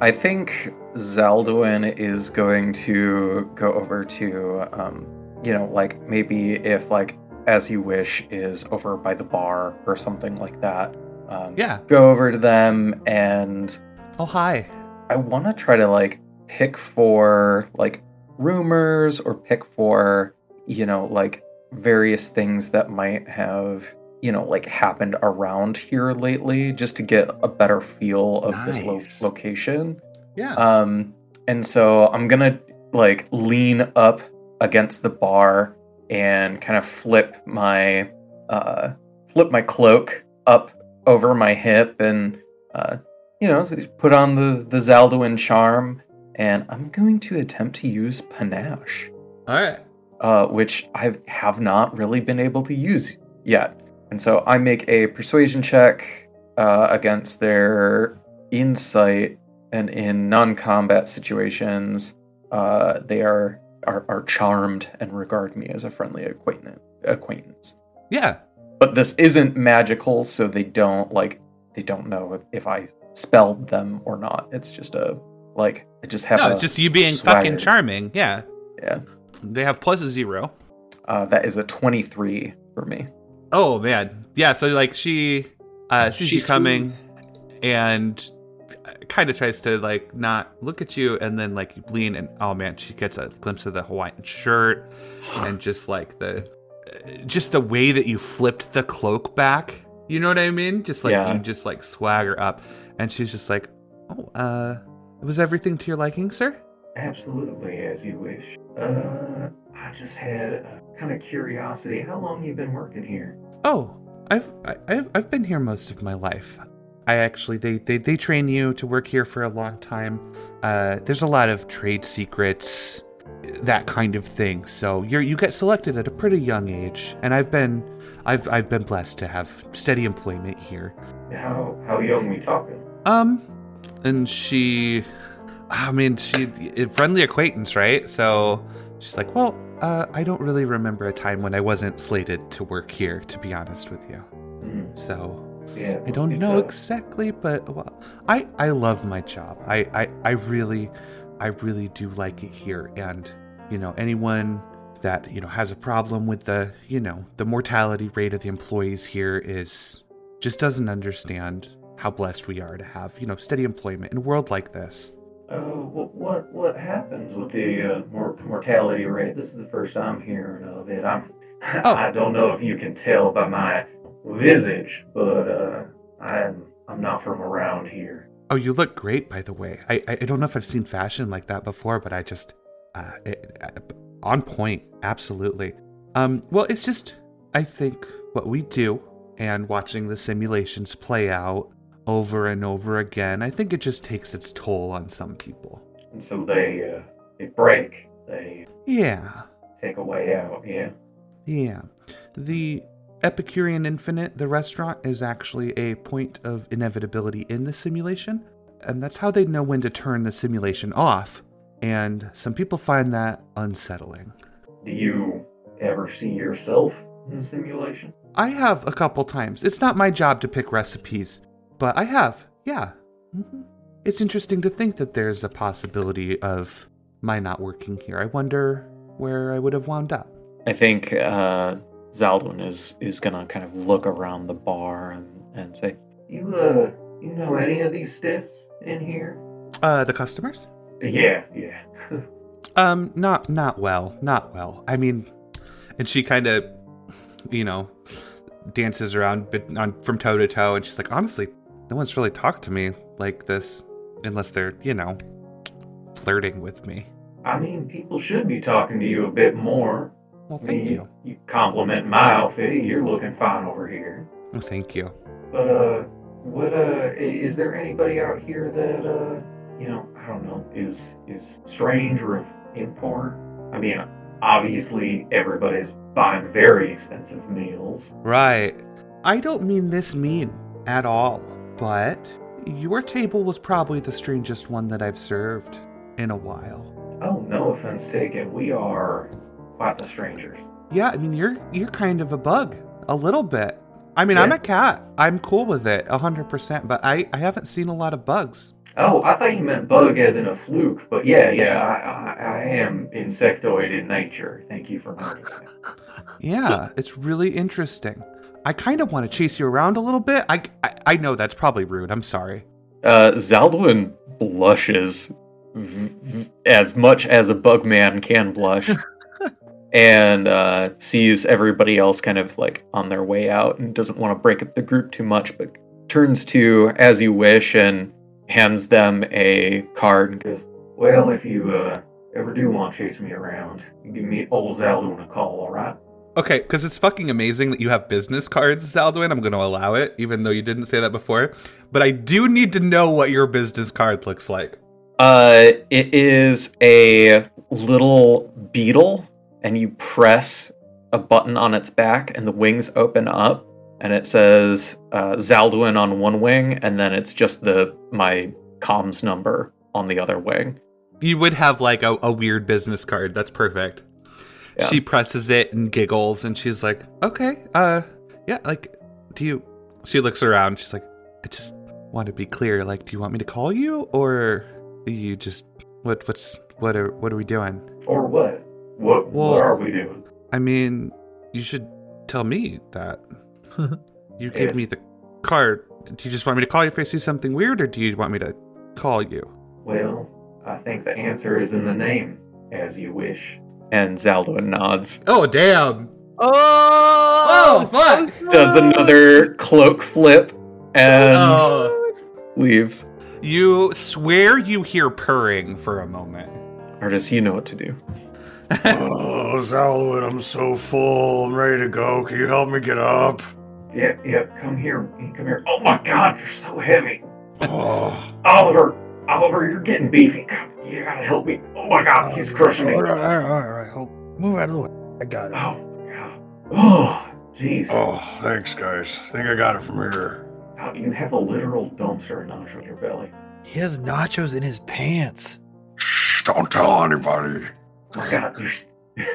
I think Zaldwin is going to go over to, um, you know, like maybe if like As You Wish is over by the bar or something like that,
Um,
Yeah.
Go over to them and
Oh, hi.
I want to try to like pick for like rumors or pick for, you know, like various things that might have, you know, like happened around here lately just to get a better feel of this
Nice.
lo- location.
Yeah.
Um, and so I'm gonna like lean up against the bar and kind of flip my uh, flip my cloak up over my hip and uh, you know put on the the Zaldwin charm. And I'm going to attempt to use panache,
All right.
uh, which I have not really been able to use yet. And so I make a persuasion check uh, against their insight, and in non-combat situations, uh, they are, are are charmed and regard me as a friendly acquaintance. Acquaintance,
Yeah.
but this isn't magical, so they don't like they don't know if, if I spelled them or not. It's just a like I just have.
No,
a
it's just you being fucking
swagger.
charming. Yeah.
Yeah,
They have plus a zero.
uh, that is a twenty-three for me.
Oh man, yeah. So like she uh, sees you coming
swoons.
and kind of tries to like not look at you, and then like you lean and oh man, she gets a glimpse of the Hawaiian shirt and just like the just the way that you flipped the cloak back. You know what I mean? Just like
Yeah.
you just like swagger up, and she's just like, oh, uh, was everything to your liking, sir?
Absolutely, as you wish. Uh, I just had a kind of curiosity. How long you been working here?
Oh, I've I- I've I've been here most of my life. I actually they they, they train you to work here for a long time. Uh, there's a lot of trade secrets, that kind of thing. So you are you get selected at a pretty young age, and I've been I've I've been blessed to have steady employment here.
How how young we talking?
Um, and she, I mean, she a friendly acquaintance, right? So she's like, well, uh, I don't really remember a time when I wasn't slated to work here, to be honest with you.
Hmm,
So
yeah,
I
must be
don't know
tough.
exactly, but well, I I love my job. I, I I really I really do like it here, and you know anyone that you know has a problem with the you know the mortality rate of the employees here is just doesn't understand how blessed we are to have you know steady employment in a world like this.
Uh, what what what happens with the uh, mor- mortality rate? This is the first I'm hearing of it. I'm
Oh.
I don't know if you can tell by my visage, but uh, I'm I'm not from around here.
Oh, you look great, by the way. I I, I don't know if I've seen fashion like that before, but I just uh, it, uh, on point, absolutely. Um, well, it's just I think what we do and watching the simulations play out over and over again, I think it just takes its toll on some people.
And so they uh, they break, they
Yeah,
take a way out. Yeah.
yeah. The Epicurean Infinite, the restaurant, is actually a point of inevitability in the simulation, and that's how they know when to turn the simulation off. And some people find that unsettling.
Do you ever see yourself in a simulation?
I have a couple times. It's not my job to pick recipes, but I have. Yeah. hmm It's interesting to think that there's a possibility of my not working here. I wonder where I would have wound up.
I think uh, Zaldwin is is gonna kind of look around the bar and, and say,
You uh, you know any of these stiffs in here?
Uh, the customers?
Yeah, yeah.
Um, not not well, not well. I mean, and she kind of, you know, dances around bit on from toe to toe, and she's like, honestly, no one's really talked to me like this unless they're, you know, flirting with me.
I mean, people should be talking to you a bit more.
Well,
I
thank
mean,
you.
You compliment my outfit. You're looking fine over here.
Well, thank you.
But uh, what uh, i- is there anybody out here that uh, you know, I don't know, is is strange or of import? I mean, obviously everybody's buying very expensive meals,
Right. I don't mean this mean at all, but your table was probably the strangest one that I've served in a while.
Oh, no offense taken. We are quite the strangers.
Yeah, I mean you're you're kind of a bug, a little bit. I mean, I'm
Yeah.
a cat. I'm cool with it, hundred percent. But I I haven't seen a lot of bugs.
Oh, I thought you meant bug as in a fluke, but yeah, yeah, I, I, I am insectoid in nature. Thank you for noticing.
Yeah, it's really interesting. I kind of want to chase you around a little bit. I, I I know that's probably rude. I'm sorry.
Uh, Zaldwin blushes v- v- as much as a bug man can blush, and uh, sees everybody else kind of like on their way out, and doesn't want to break up the group too much, but turns to "As You Wish" and hands them a card and goes,
Well, if you uh, ever do want to chase me around, give me old Zeldwin a call, all right?
Okay, because it's fucking amazing that you have business cards, Zaldwin. I'm going to allow it, even though you didn't say that before. But I do need to know what your business card looks like.
Uh, it is a little beetle, and you press a button on its back, and the wings open up, and it says uh, Zaldwin on one wing, and then it's just the my comms number on the other wing.
You would have like a, a weird business card. That's perfect.
Yeah.
She presses it and giggles, and she's like, "Okay, uh, yeah, like, do you?" She looks around. She's like, "I just want to be clear. Like, do you want me to call you, or do you just what? What's what are what are we doing?"
Or what? What,
Well-
what are we doing?
I mean, you should tell me that. you gave
Yes.
me the card. Do you just want me to call you if I see something weird, or do you want me to call you?
Well, I think the answer is in the name, as you wish.
And Zaldwin nods,
Oh damn!
Oh,
Oh, fuck.
so
does
smooth.
another cloak flip, and
Oh.
leaves.
You swear you hear purring for a moment.
Artist, you know what to do.
oh, Zalwin, I'm so full. I'm ready to go. Can you help me get up?
Yep, yep, come here, come here. Oh my god, you're so heavy.
Oh,
Oliver, Oliver, you're getting beefy. God, you gotta help me. Oh my god, he's crushing me.
All
Oh,
right, all right, all right. Help. Move out of the way. I got it.
god. Oh, jeez.
Oh, thanks, guys. I think I got it from here.
How- You have a literal dumpster notch on your belly.
He has nachos in his pants.
Shh, don't tell anybody.
Oh my god, there's.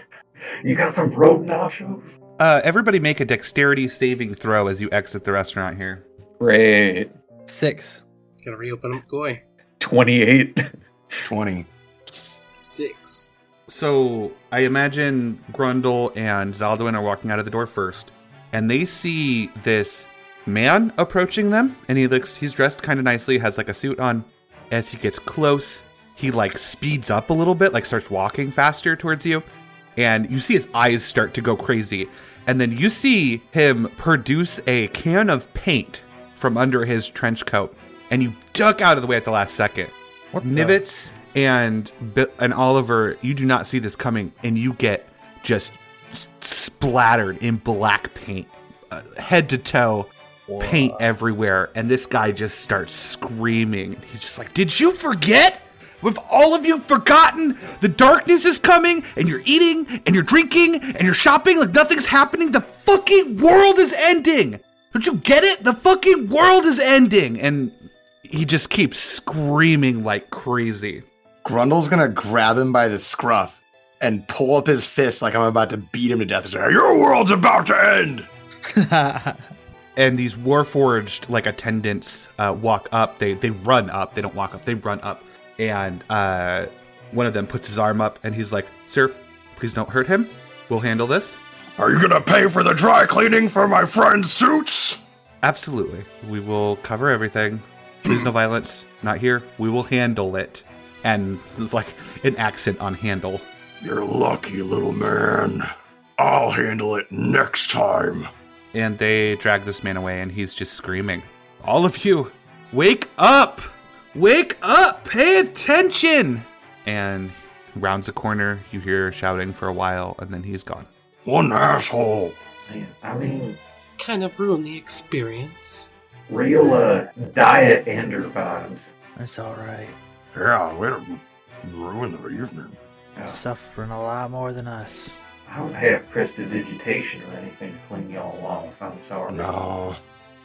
you got some road nachos?
Uh, everybody make a dexterity saving throw as you exit the restaurant here.
Great,
Six.
Gotta reopen up Goy.
twenty-eight.
20.
Six.
So I imagine Grundle and Zaldwin are walking out of the door first, and they see this man approaching them, and he looks he's dressed kind of nicely, has like a suit on. As he gets close, he like speeds up a little bit, like starts walking faster towards you, and you see his eyes start to go crazy. And then you see him produce a can of paint from under his trench coat, and you duck out of the way at the last second. Nivets and Bi- and Oliver, you do not see this coming, and you get just s- splattered in black paint, uh, head to toe, paint everywhere. And this guy just starts screaming. He's just like, "Did you forget? With all of you forgotten, the darkness is coming, and you're eating, and you're drinking, and you're shopping like nothing's happening. The fucking world is ending. Don't you get it? The fucking world is ending." And he just keeps screaming like crazy.
Grundle's gonna grab him by the scruff and pull up his fist like I'm about to beat him to death. He's like,
Your world's about to end.
And these warforged like attendants uh, walk up. They they run up. They don't walk up. They run up. And uh, one of them puts his arm up, and he's like, "Sir, please don't hurt him. We'll handle this.
Are you gonna pay for the dry cleaning for my friend's suits?
Absolutely. We will cover everything. Please no violence. Not here. We will handle it." And it's like an accent on handle.
You're lucky, little man. I'll handle it next time.
and they drag this man away and he's just screaming all of you wake up wake up pay attention and rounds a corner you hear shouting for a while and then he's gone
One asshole.
Man, I mean,
Kind of ruined the experience.
real uh, diet ender vibes.
That's all right.
Yeah, way to ruin the evening.
Uh,
Suffering a lot more than us.
I don't have prestidigitation or anything to clean y'all off. I'm sorry.
No.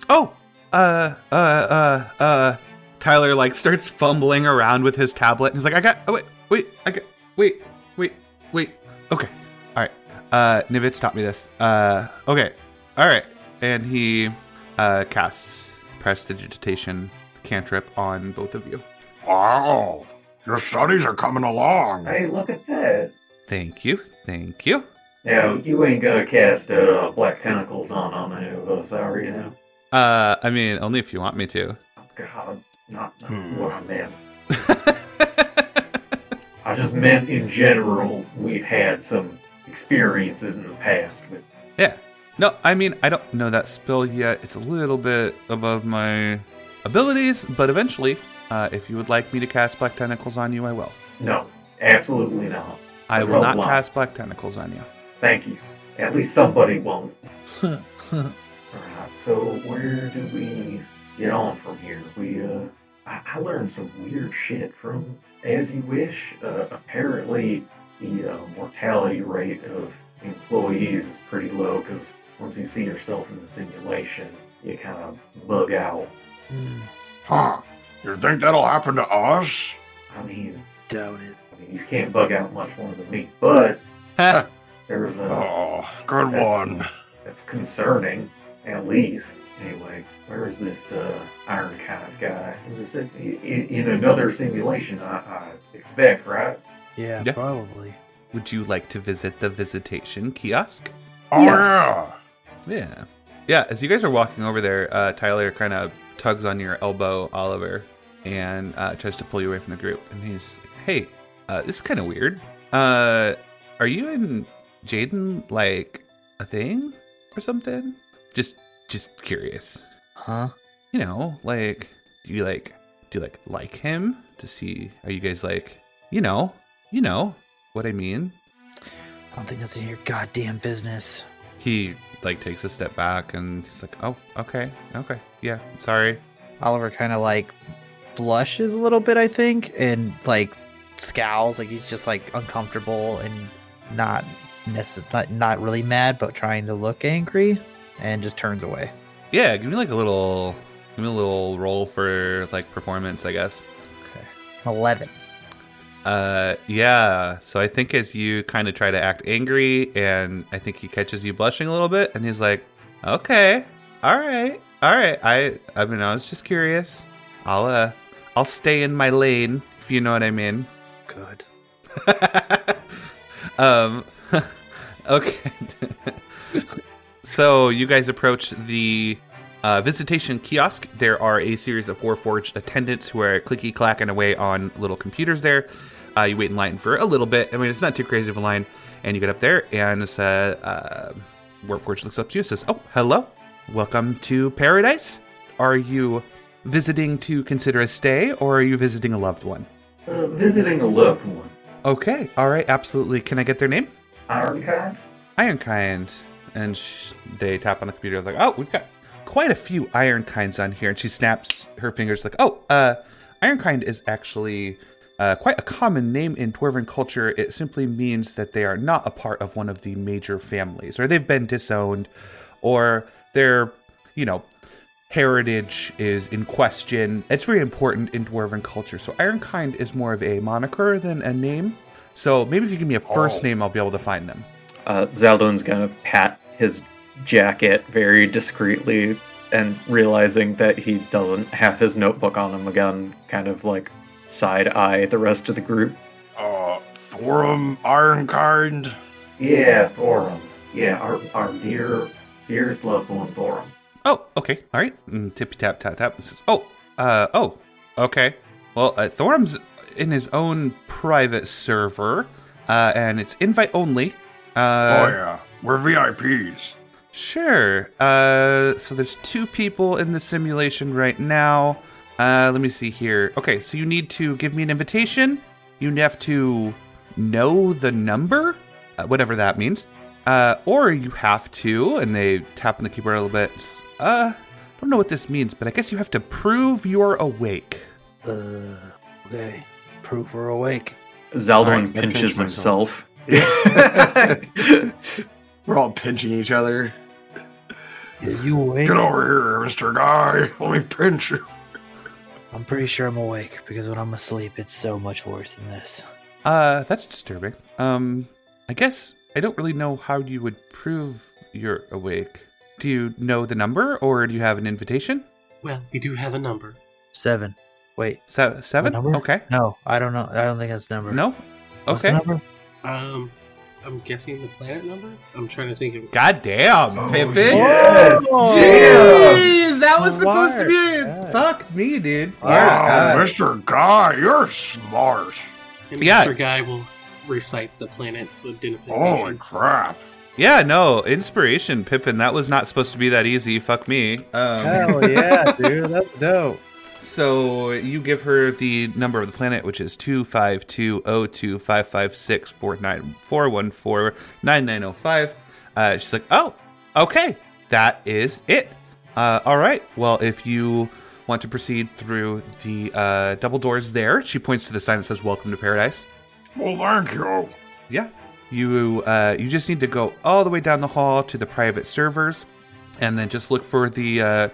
oh uh uh uh uh tyler like starts fumbling around with his tablet and he's like i got oh, wait wait i got wait wait wait okay all right uh nivitz taught me this uh okay all right and he uh casts prestidigitation cantrip on both of you
Wow. Your studies are coming along.
Hey, look at that.
thank you thank you
Now, you ain't gonna cast uh, black tentacles on, on any of us, are you? Now?
Uh, I mean, only if you want me to.
God, not, not
Hmm.
what I meant. I just meant in general, we've had some experiences in the past with
yeah. No, I mean, I don't know that spell yet. It's a little bit above my abilities, but eventually, uh, if you would like me to cast Black Tentacles on you, I will.
No, absolutely not.
I will not
Wow.
cast Black Tentacles on you.
Thank you. At least somebody won't. Alright, so where do we get on from here? We, uh, I, I learned some weird shit from As You Wish. Uh, apparently, the uh, mortality rate of employees is pretty low because once you see yourself in the simulation, you kind of bug out.
Hmm.
Huh. You think that'll happen to us?
I mean,
Doubt it.
I mean, you can't bug out much more than me, but there's a.
Oh, good
That's-
one.
That's concerning, at least. Anyway, where is this uh, Iron Kind guy? Is it in, in another simulation? I, I expect, right?
Yeah,
Yeah.
probably.
Would you like to visit the visitation kiosk?
Oh,
Yes.
yeah.
Yeah. Yeah, as you guys are walking over there, uh, Tyler kind of tugs on your elbow, Oliver, and uh, tries to pull you away from the group. And he's like, hey, uh, this is kind of weird. Uh, are you and Jaden like a thing or something? Just, just curious.
Huh?
You know, like, do you like, do you like like him? Does he? Are you guys like, you know, you know what I mean?
I don't think that's in your goddamn business.
He like takes a step back and he's like, oh, okay, okay, yeah, sorry.
Oliver kind of like blushes a little bit, I think, and like scowls, like he's just like uncomfortable and not necess- not, not really mad, but trying to look angry, and just turns away.
Yeah, give me like a little, give me a little roll for like performance, I guess.
Okay, eleven.
Uh, yeah. So I think as you kind of try to act angry, and I think he catches you blushing a little bit, and he's like, "Okay, all right, all right. I, I mean, I was just curious. I'll, uh, I'll stay in my lane, if you know what I mean."
Good.
um, okay. so you guys approach the uh, visitation kiosk. There are a series of Warforged attendants who are clicky clacking away on little computers there. Uh, you wait in line for a little bit. I mean, it's not too crazy of a line. And you get up there, and this, uh, uh, Warforged looks up to you and says, Oh, hello. Welcome to paradise. Are you visiting to consider a stay, or are you visiting a loved one?
Uh, visiting a loved one.
Okay, all right, absolutely. Can I get their name?
Iron Kind?
Ironkind. And sh- they tap on the computer, like, oh, we've got quite a few Ironkinds on here. And she snaps her fingers, like, oh, uh, Ironkind is actually uh, quite a common name in Dwarven culture. It simply means that they are not a part of one of the major families, or they've been disowned, or their, you know, heritage is in question. It's very important in Dwarven culture. So Ironkind is more of a moniker than a name. So maybe if you give me a first
Oh.
name, I'll be able to find them.
Uh, Zaldon's gonna pat his jacket very discreetly and realizing that he doesn't have his notebook on him again, kind of like side eye the rest of the group.
Uh, Thorum Ironkind.
Yeah, Thorum. Yeah, our, our dear, dearest loved one, Thorum.
Oh, okay. All right. And tippy tap tap tap. It says, "Oh, uh, oh, okay. Well, uh, Thorum's in his own private server, uh, and it's invite only. Uh,
oh, yeah. We're VIPs.
Sure. Uh, so there's two people in the simulation right now. Uh, let me see here. Okay, so you need to give me an invitation. You have to know the number, uh, whatever that means. Uh, or you have to, and they tap on the keyboard a little bit. says, Uh, I don't know what this means, but I guess you have to prove you're awake.
Uh, okay. Proof we're awake.
Zaldon
Alright, I pinch
pinches
myself.
himself.
We're all pinching each other.
you awake?
Get over here, Mr. Guy. Let me pinch you.
I'm pretty sure I'm awake because when I'm asleep, it's so much worse than this.
Uh, that's disturbing. Um, I guess I don't really know how you would prove you're awake. Do you know the number, or do you have an invitation?
Well, we do have a number.
Seven. Wait,
Se- seven?
number?
Okay.
no, I don't know. I don't think that's the number.
No?
What's the
Okay.
number?
Um, I'm guessing the planet number. I'm trying to think of.
God damn,
Oh,
Pippin.
Yes.
Oh.
Jeez, that was supposed to be.
Smart.
Fuck me, dude.
Wow,
Yeah. uh, God.
Mr. Guy, you're smart.
And
Yeah.
Mr. Guy will recite the planet
Holy
Oh,
identification.
crap.
Yeah, no, inspiration, Pippin. That was not supposed to be that easy. Fuck me. Um,
Hell yeah, dude. That's dope.
So you give her the number of the planet, which is two five two zero two five five six four nine four one four nine nine zero five. Uh, she's like, "Oh, okay, that is it. Uh, all right. Well, if you want to proceed through the uh, double doors there, she points to the sign that says "Welcome to Paradise."
Well, thank you.
Yeah. You uh, you just need to go all the way down the hall to the private servers, and then just look for the uh,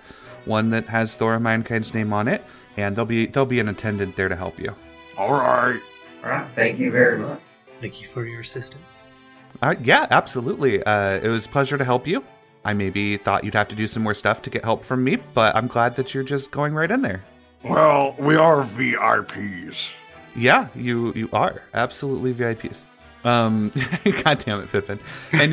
one that has Thora Minekind's name on it, and there'll be there'll be an attendant there to help you.
All right.
All right. Thank you very much.
Thank you for your assistance.
Uh, yeah, absolutely. Uh, it was a pleasure to help you. I maybe thought you'd have to do some more stuff to get help from me, but I'm glad that you're just going right in there.
Well, we are VIPs.
Yeah, you you are absolutely VIPs. Um, God damn it, Pippin. And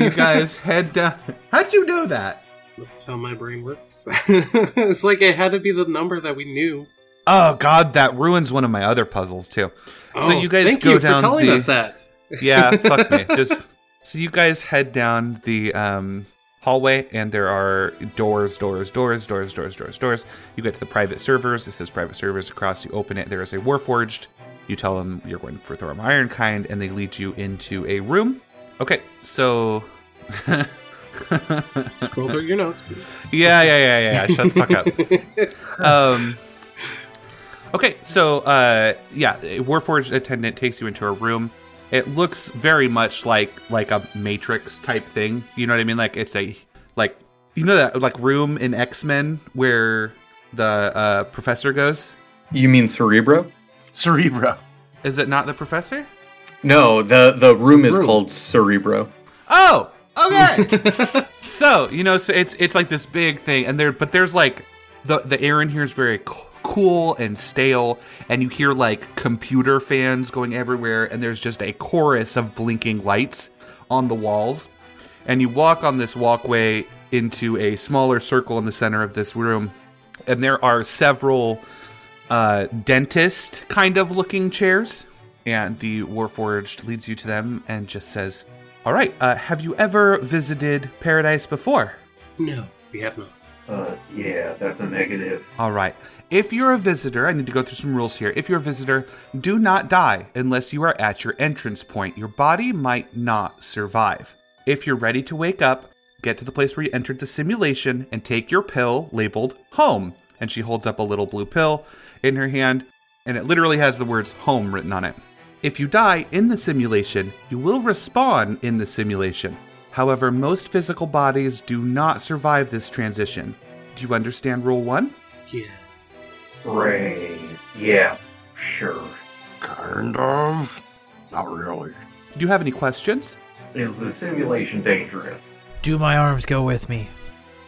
you guys head down. How'd you know that?
That's how my brain works. it's like it had to be the number that we knew.
Oh God, that ruins one of my other puzzles too. So you guys
Oh, thank
go
you
down
for telling
the-
us that.
Yeah, fuck me. Just so you guys head down the um, hallway, and there are doors, doors, doors, doors, doors, doors, doors. You get to the private servers. It says private servers across. You open it. There is a warforged. You tell them you're going for Thorum Ironkind, and they lead you into a room. Okay, so. yeah,
Roll through your notes, please.
yeah, yeah, yeah. yeah. Shut the fuck up um, okay, so uh, yeah, a Warforged attendant takes you into a room. It looks very much like like a Matrix type thing. You know what I mean? Like it's a like you know that like room in X Men where the uh, professor goes.
You mean Cerebro?
Cerebro.
Is it not the professor?
No, the the room is called Cerebro.
Oh, okay. so you know, so it's it's like this big thing, and there, but there's like the the air in here is very c- cool and stale, and you hear like computer fans going everywhere, and there's just a chorus of blinking lights on the walls, and you walk on this walkway into a smaller circle in the center of this room, and there are several uh, dentist kind of looking chairs. And the Warforged leads you to them and just says, All right, uh, have you ever visited Paradise before?
No, we have not.
Uh, yeah, that's a negative.
All right, if you're a visitor, I need to go through some rules here. If you're a visitor, do not die unless you are at your entrance point. Your body might not survive. If you're ready to wake up, get to the place where you entered the simulation and take your pill labeled home. And she holds up a little blue pill in her hand, and it literally has the words home written on it. If you die in the simulation, you will respawn in the simulation. However, most physical bodies do not survive this transition. Do you understand rule one?
Yes.
Rain. Yeah, sure.
Kind of. Not really.
Do you have any questions?
Is the simulation dangerous?
Do my arms go with me?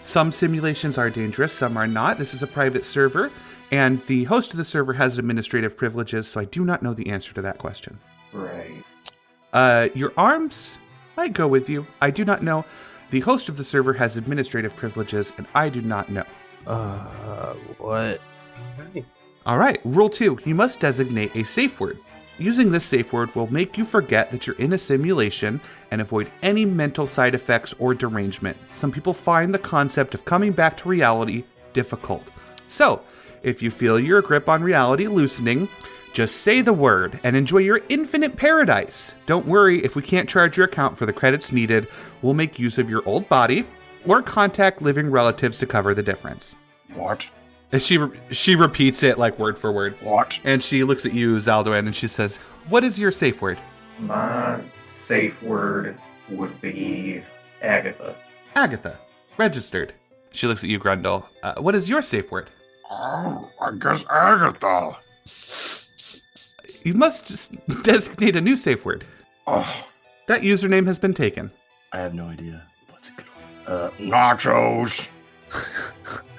Some simulations are dangerous, some are not. This is a private server, and the host of the server has administrative privileges, so I do not know the answer to that question.
Right.
Uh, your arms might go with you. I do not know. The host of the server has administrative privileges, and I do not know.
Uh, what?
All right.
All right, rule two you must designate a safe word. Using this safe word will make you forget that you're in a simulation and avoid any mental side effects or derangement. Some people find the concept of coming back to reality difficult. So, if you feel your grip on reality loosening, just say the word and enjoy your infinite paradise. Don't worry if we can't charge your account for the credits needed, we'll make use of your old body or contact living relatives to cover the difference.
What?
And she she repeats it like word for word.
What?
And she looks at you, Zaldoran, and she says, "What is your safe word?"
My safe word would be Agatha.
Agatha, registered. She looks at you, Grundle. Uh, what is your safe word?
Oh, I guess Agatha.
You must s- designate a new safe word.
Oh,
That username has been taken.
I have no idea. What's a good one? Uh,
nachos.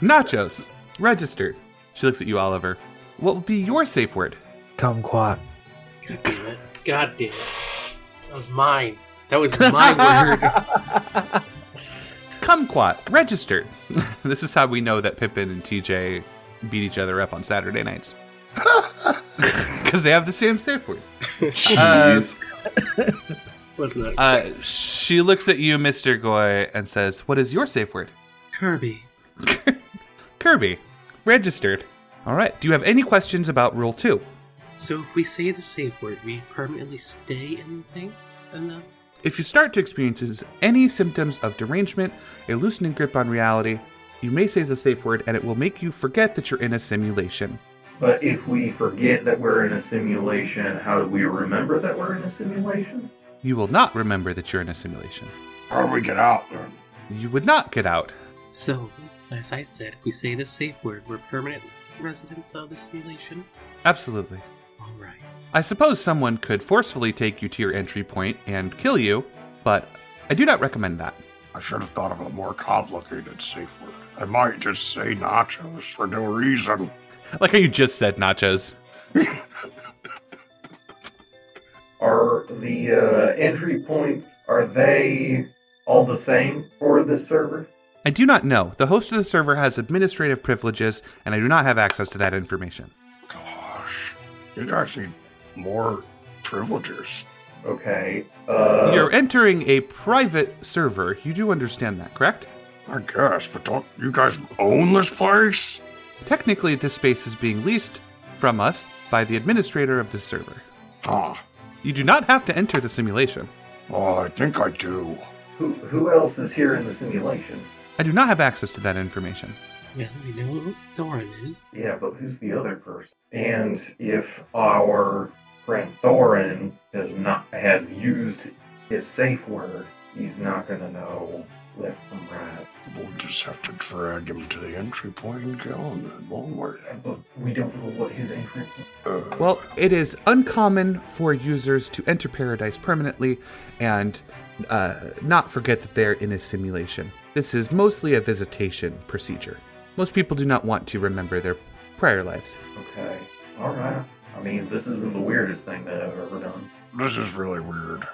Nachos, registered. She looks at you, Oliver. What will be your safe word?
Kumquat.
God damn it. God damn it. That was mine. That was my word.
Kumquat registered. this is how we know that Pippin and TJ beat each other up on Saturday nights because they have the same safe word. Uh,
Jeez.
Wasn't that
uh, she looks at you, Mister Goy, and says, "What is your safe word?"
Kirby?
Kirby, registered. All right. Do you have any questions about Rule Two?
So if we say the safe word, we permanently stay in the thing? And then uh,
If you start to experience any symptoms of derangement, a loosening grip on reality, you may say the safe word and it will make you forget that you're in a simulation.
But if we forget that we're in a simulation, how do we remember that we're in a simulation?
You will not remember that you're in a simulation.
How do we get out then?
You would not get out.
So, as I said, if we say the safe word, we're permanent residents of the simulation.
Absolutely.
All right.
I suppose someone could forcefully take you to your entry point and kill you, but I do not recommend that.
I should have thought of a more complicated safe word. I might just say nachos for no reason.
Like how you just said, Nachos.
Are the uh, entry points are they all the same for this server?
I do not know. The host of the server has administrative privileges, and I do not have access to that information.
Gosh, you guys need more privileges.
Okay. Uh,
You're entering a private server. You do understand that, correct?
I guess, but don't you guys own this place?
Technically, this space is being leased from us by the administrator of this server.
Huh.
You do not have to enter the simulation.
Oh, I think I do.
who who else is here in the simulation?
I do not have access to that information.
Well, we know what Thorin is.
Yeah, but who's the other person? And if our friend Thorin has not has used his safe word, he's not gonna know left from right.
We'll just have to drag him to the entry point and kill him then, won't we?
But we don't know what his entry.
Uh,
Well, it is uncommon for users to enter paradise permanently and uh, not forget that they're in a simulation. This is mostly a visitation procedure. Most people do not want to remember their prior lives.
Okay. All right. I mean, this isn't the weirdest thing that I've ever done.
this is really weird.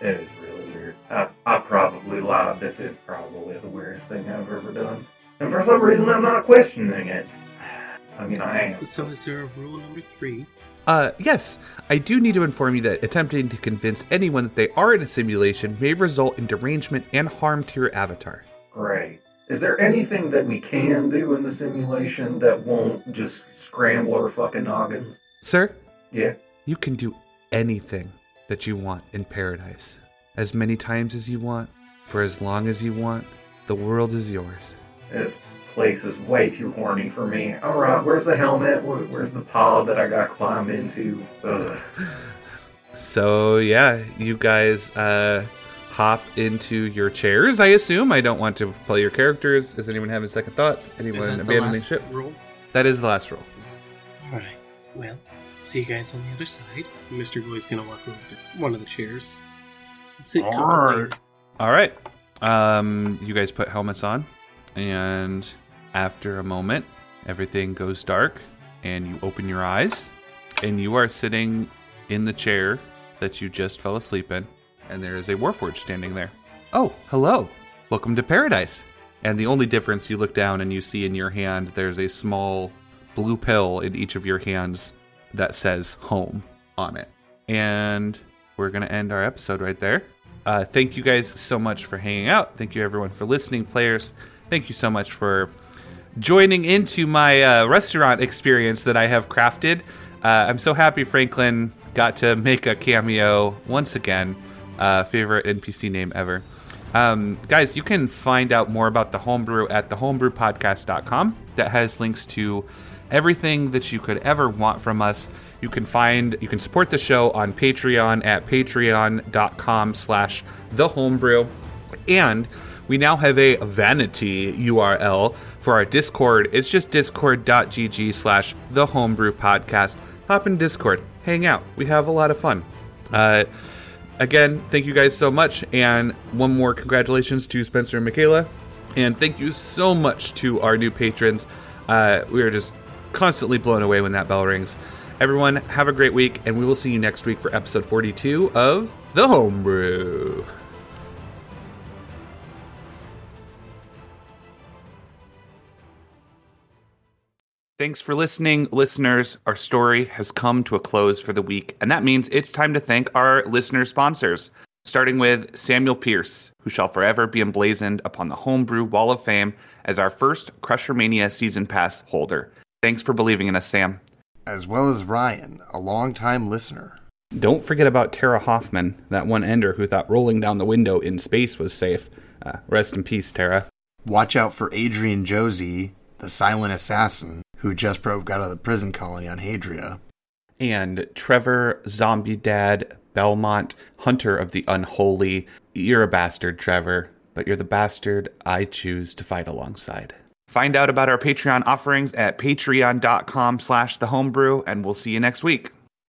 It is really weird. I, I probably lied. This is probably the weirdest thing I've ever done. And for some reason, I'm not questioning it. I mean, I am.
So is there a rule number three?
Uh, yes, I do need to inform you that attempting to convince anyone that they are in a simulation may result in derangement and harm to your avatar.
Great. Is there anything that we can do in the simulation that won't just scramble our fucking noggins?
Sir,
Yeah.
you can do anything that you want in paradise. As many times as you want, for as long as you want, the world is yours.
This place is way too horny for me. All right, where's the helmet? Where, where's the pod that I got to climb into? Ugh.
So, yeah, you guys uh, hop into your chairs, I assume. I don't want to play your characters. Is anyone having second thoughts?
Is
Anyone
that the
abandoning
last
ship?
rule?
That is the last roll.
All right. Well, see you guys on the other side. Mr. Goy's gonna walk over to one of the chairs. And sit
All
comfortably.
right.
All right. Um, you guys put helmets on, and after a moment, everything goes dark, and you open your eyes, and you are sitting in the chair that you just fell asleep in, and there is a warforged standing there. Oh, hello. Welcome to paradise. And the only difference you look down and you see in your hand there's a small blue pill in each of your hands that says home on it. And we're going to end our episode right there. Uh, thank you guys so much for hanging out. Thank you everyone for listening, players. Thank you so much for joining into my uh, restaurant experience that I have crafted. Uh, I'm so happy Franklin got to make a cameo once again. Uh, favorite NPC name ever. Um, guys, you can find out more about the homebrew at thehomebrewpodcast.com. That has links to everything that you could ever want from us. You can find you can support the show on Patreon at patreon.com slash the homebrew. And we now have a vanity URL for our Discord. It's just discord.gg slash the homebrew podcast. Hop in Discord, hang out. We have a lot of fun. Uh, again, thank you guys so much. And one more congratulations to Spencer and Michaela. And thank you so much to our new patrons. Uh, we are just constantly blown away when that bell rings. Everyone, have a great week, and we will see you next week for episode 42 of The Homebrew. Thanks for listening, listeners. Our story has come to a close for the week, and that means it's time to thank our listener sponsors, starting with Samuel Pierce, who shall forever be emblazoned upon the Homebrew Wall of Fame as our first Crushermania season pass holder. Thanks for believing in us, Sam.
as well as Ryan, a longtime listener.
Don't forget about Tara Hoffman, that one ender who thought rolling down the window in space was safe. Uh, rest in peace, Tara.
Watch out for Adrian Josie, the silent assassin who just broke out of the prison colony on Hadria.
and Trevor, Zombie Dad, Belmont, Hunter of the Unholy. You're a bastard, Trevor, but you're the bastard I choose to fight alongside. Find out about our Patreon offerings at patreon.com slash the homebrew, and we'll see you next week.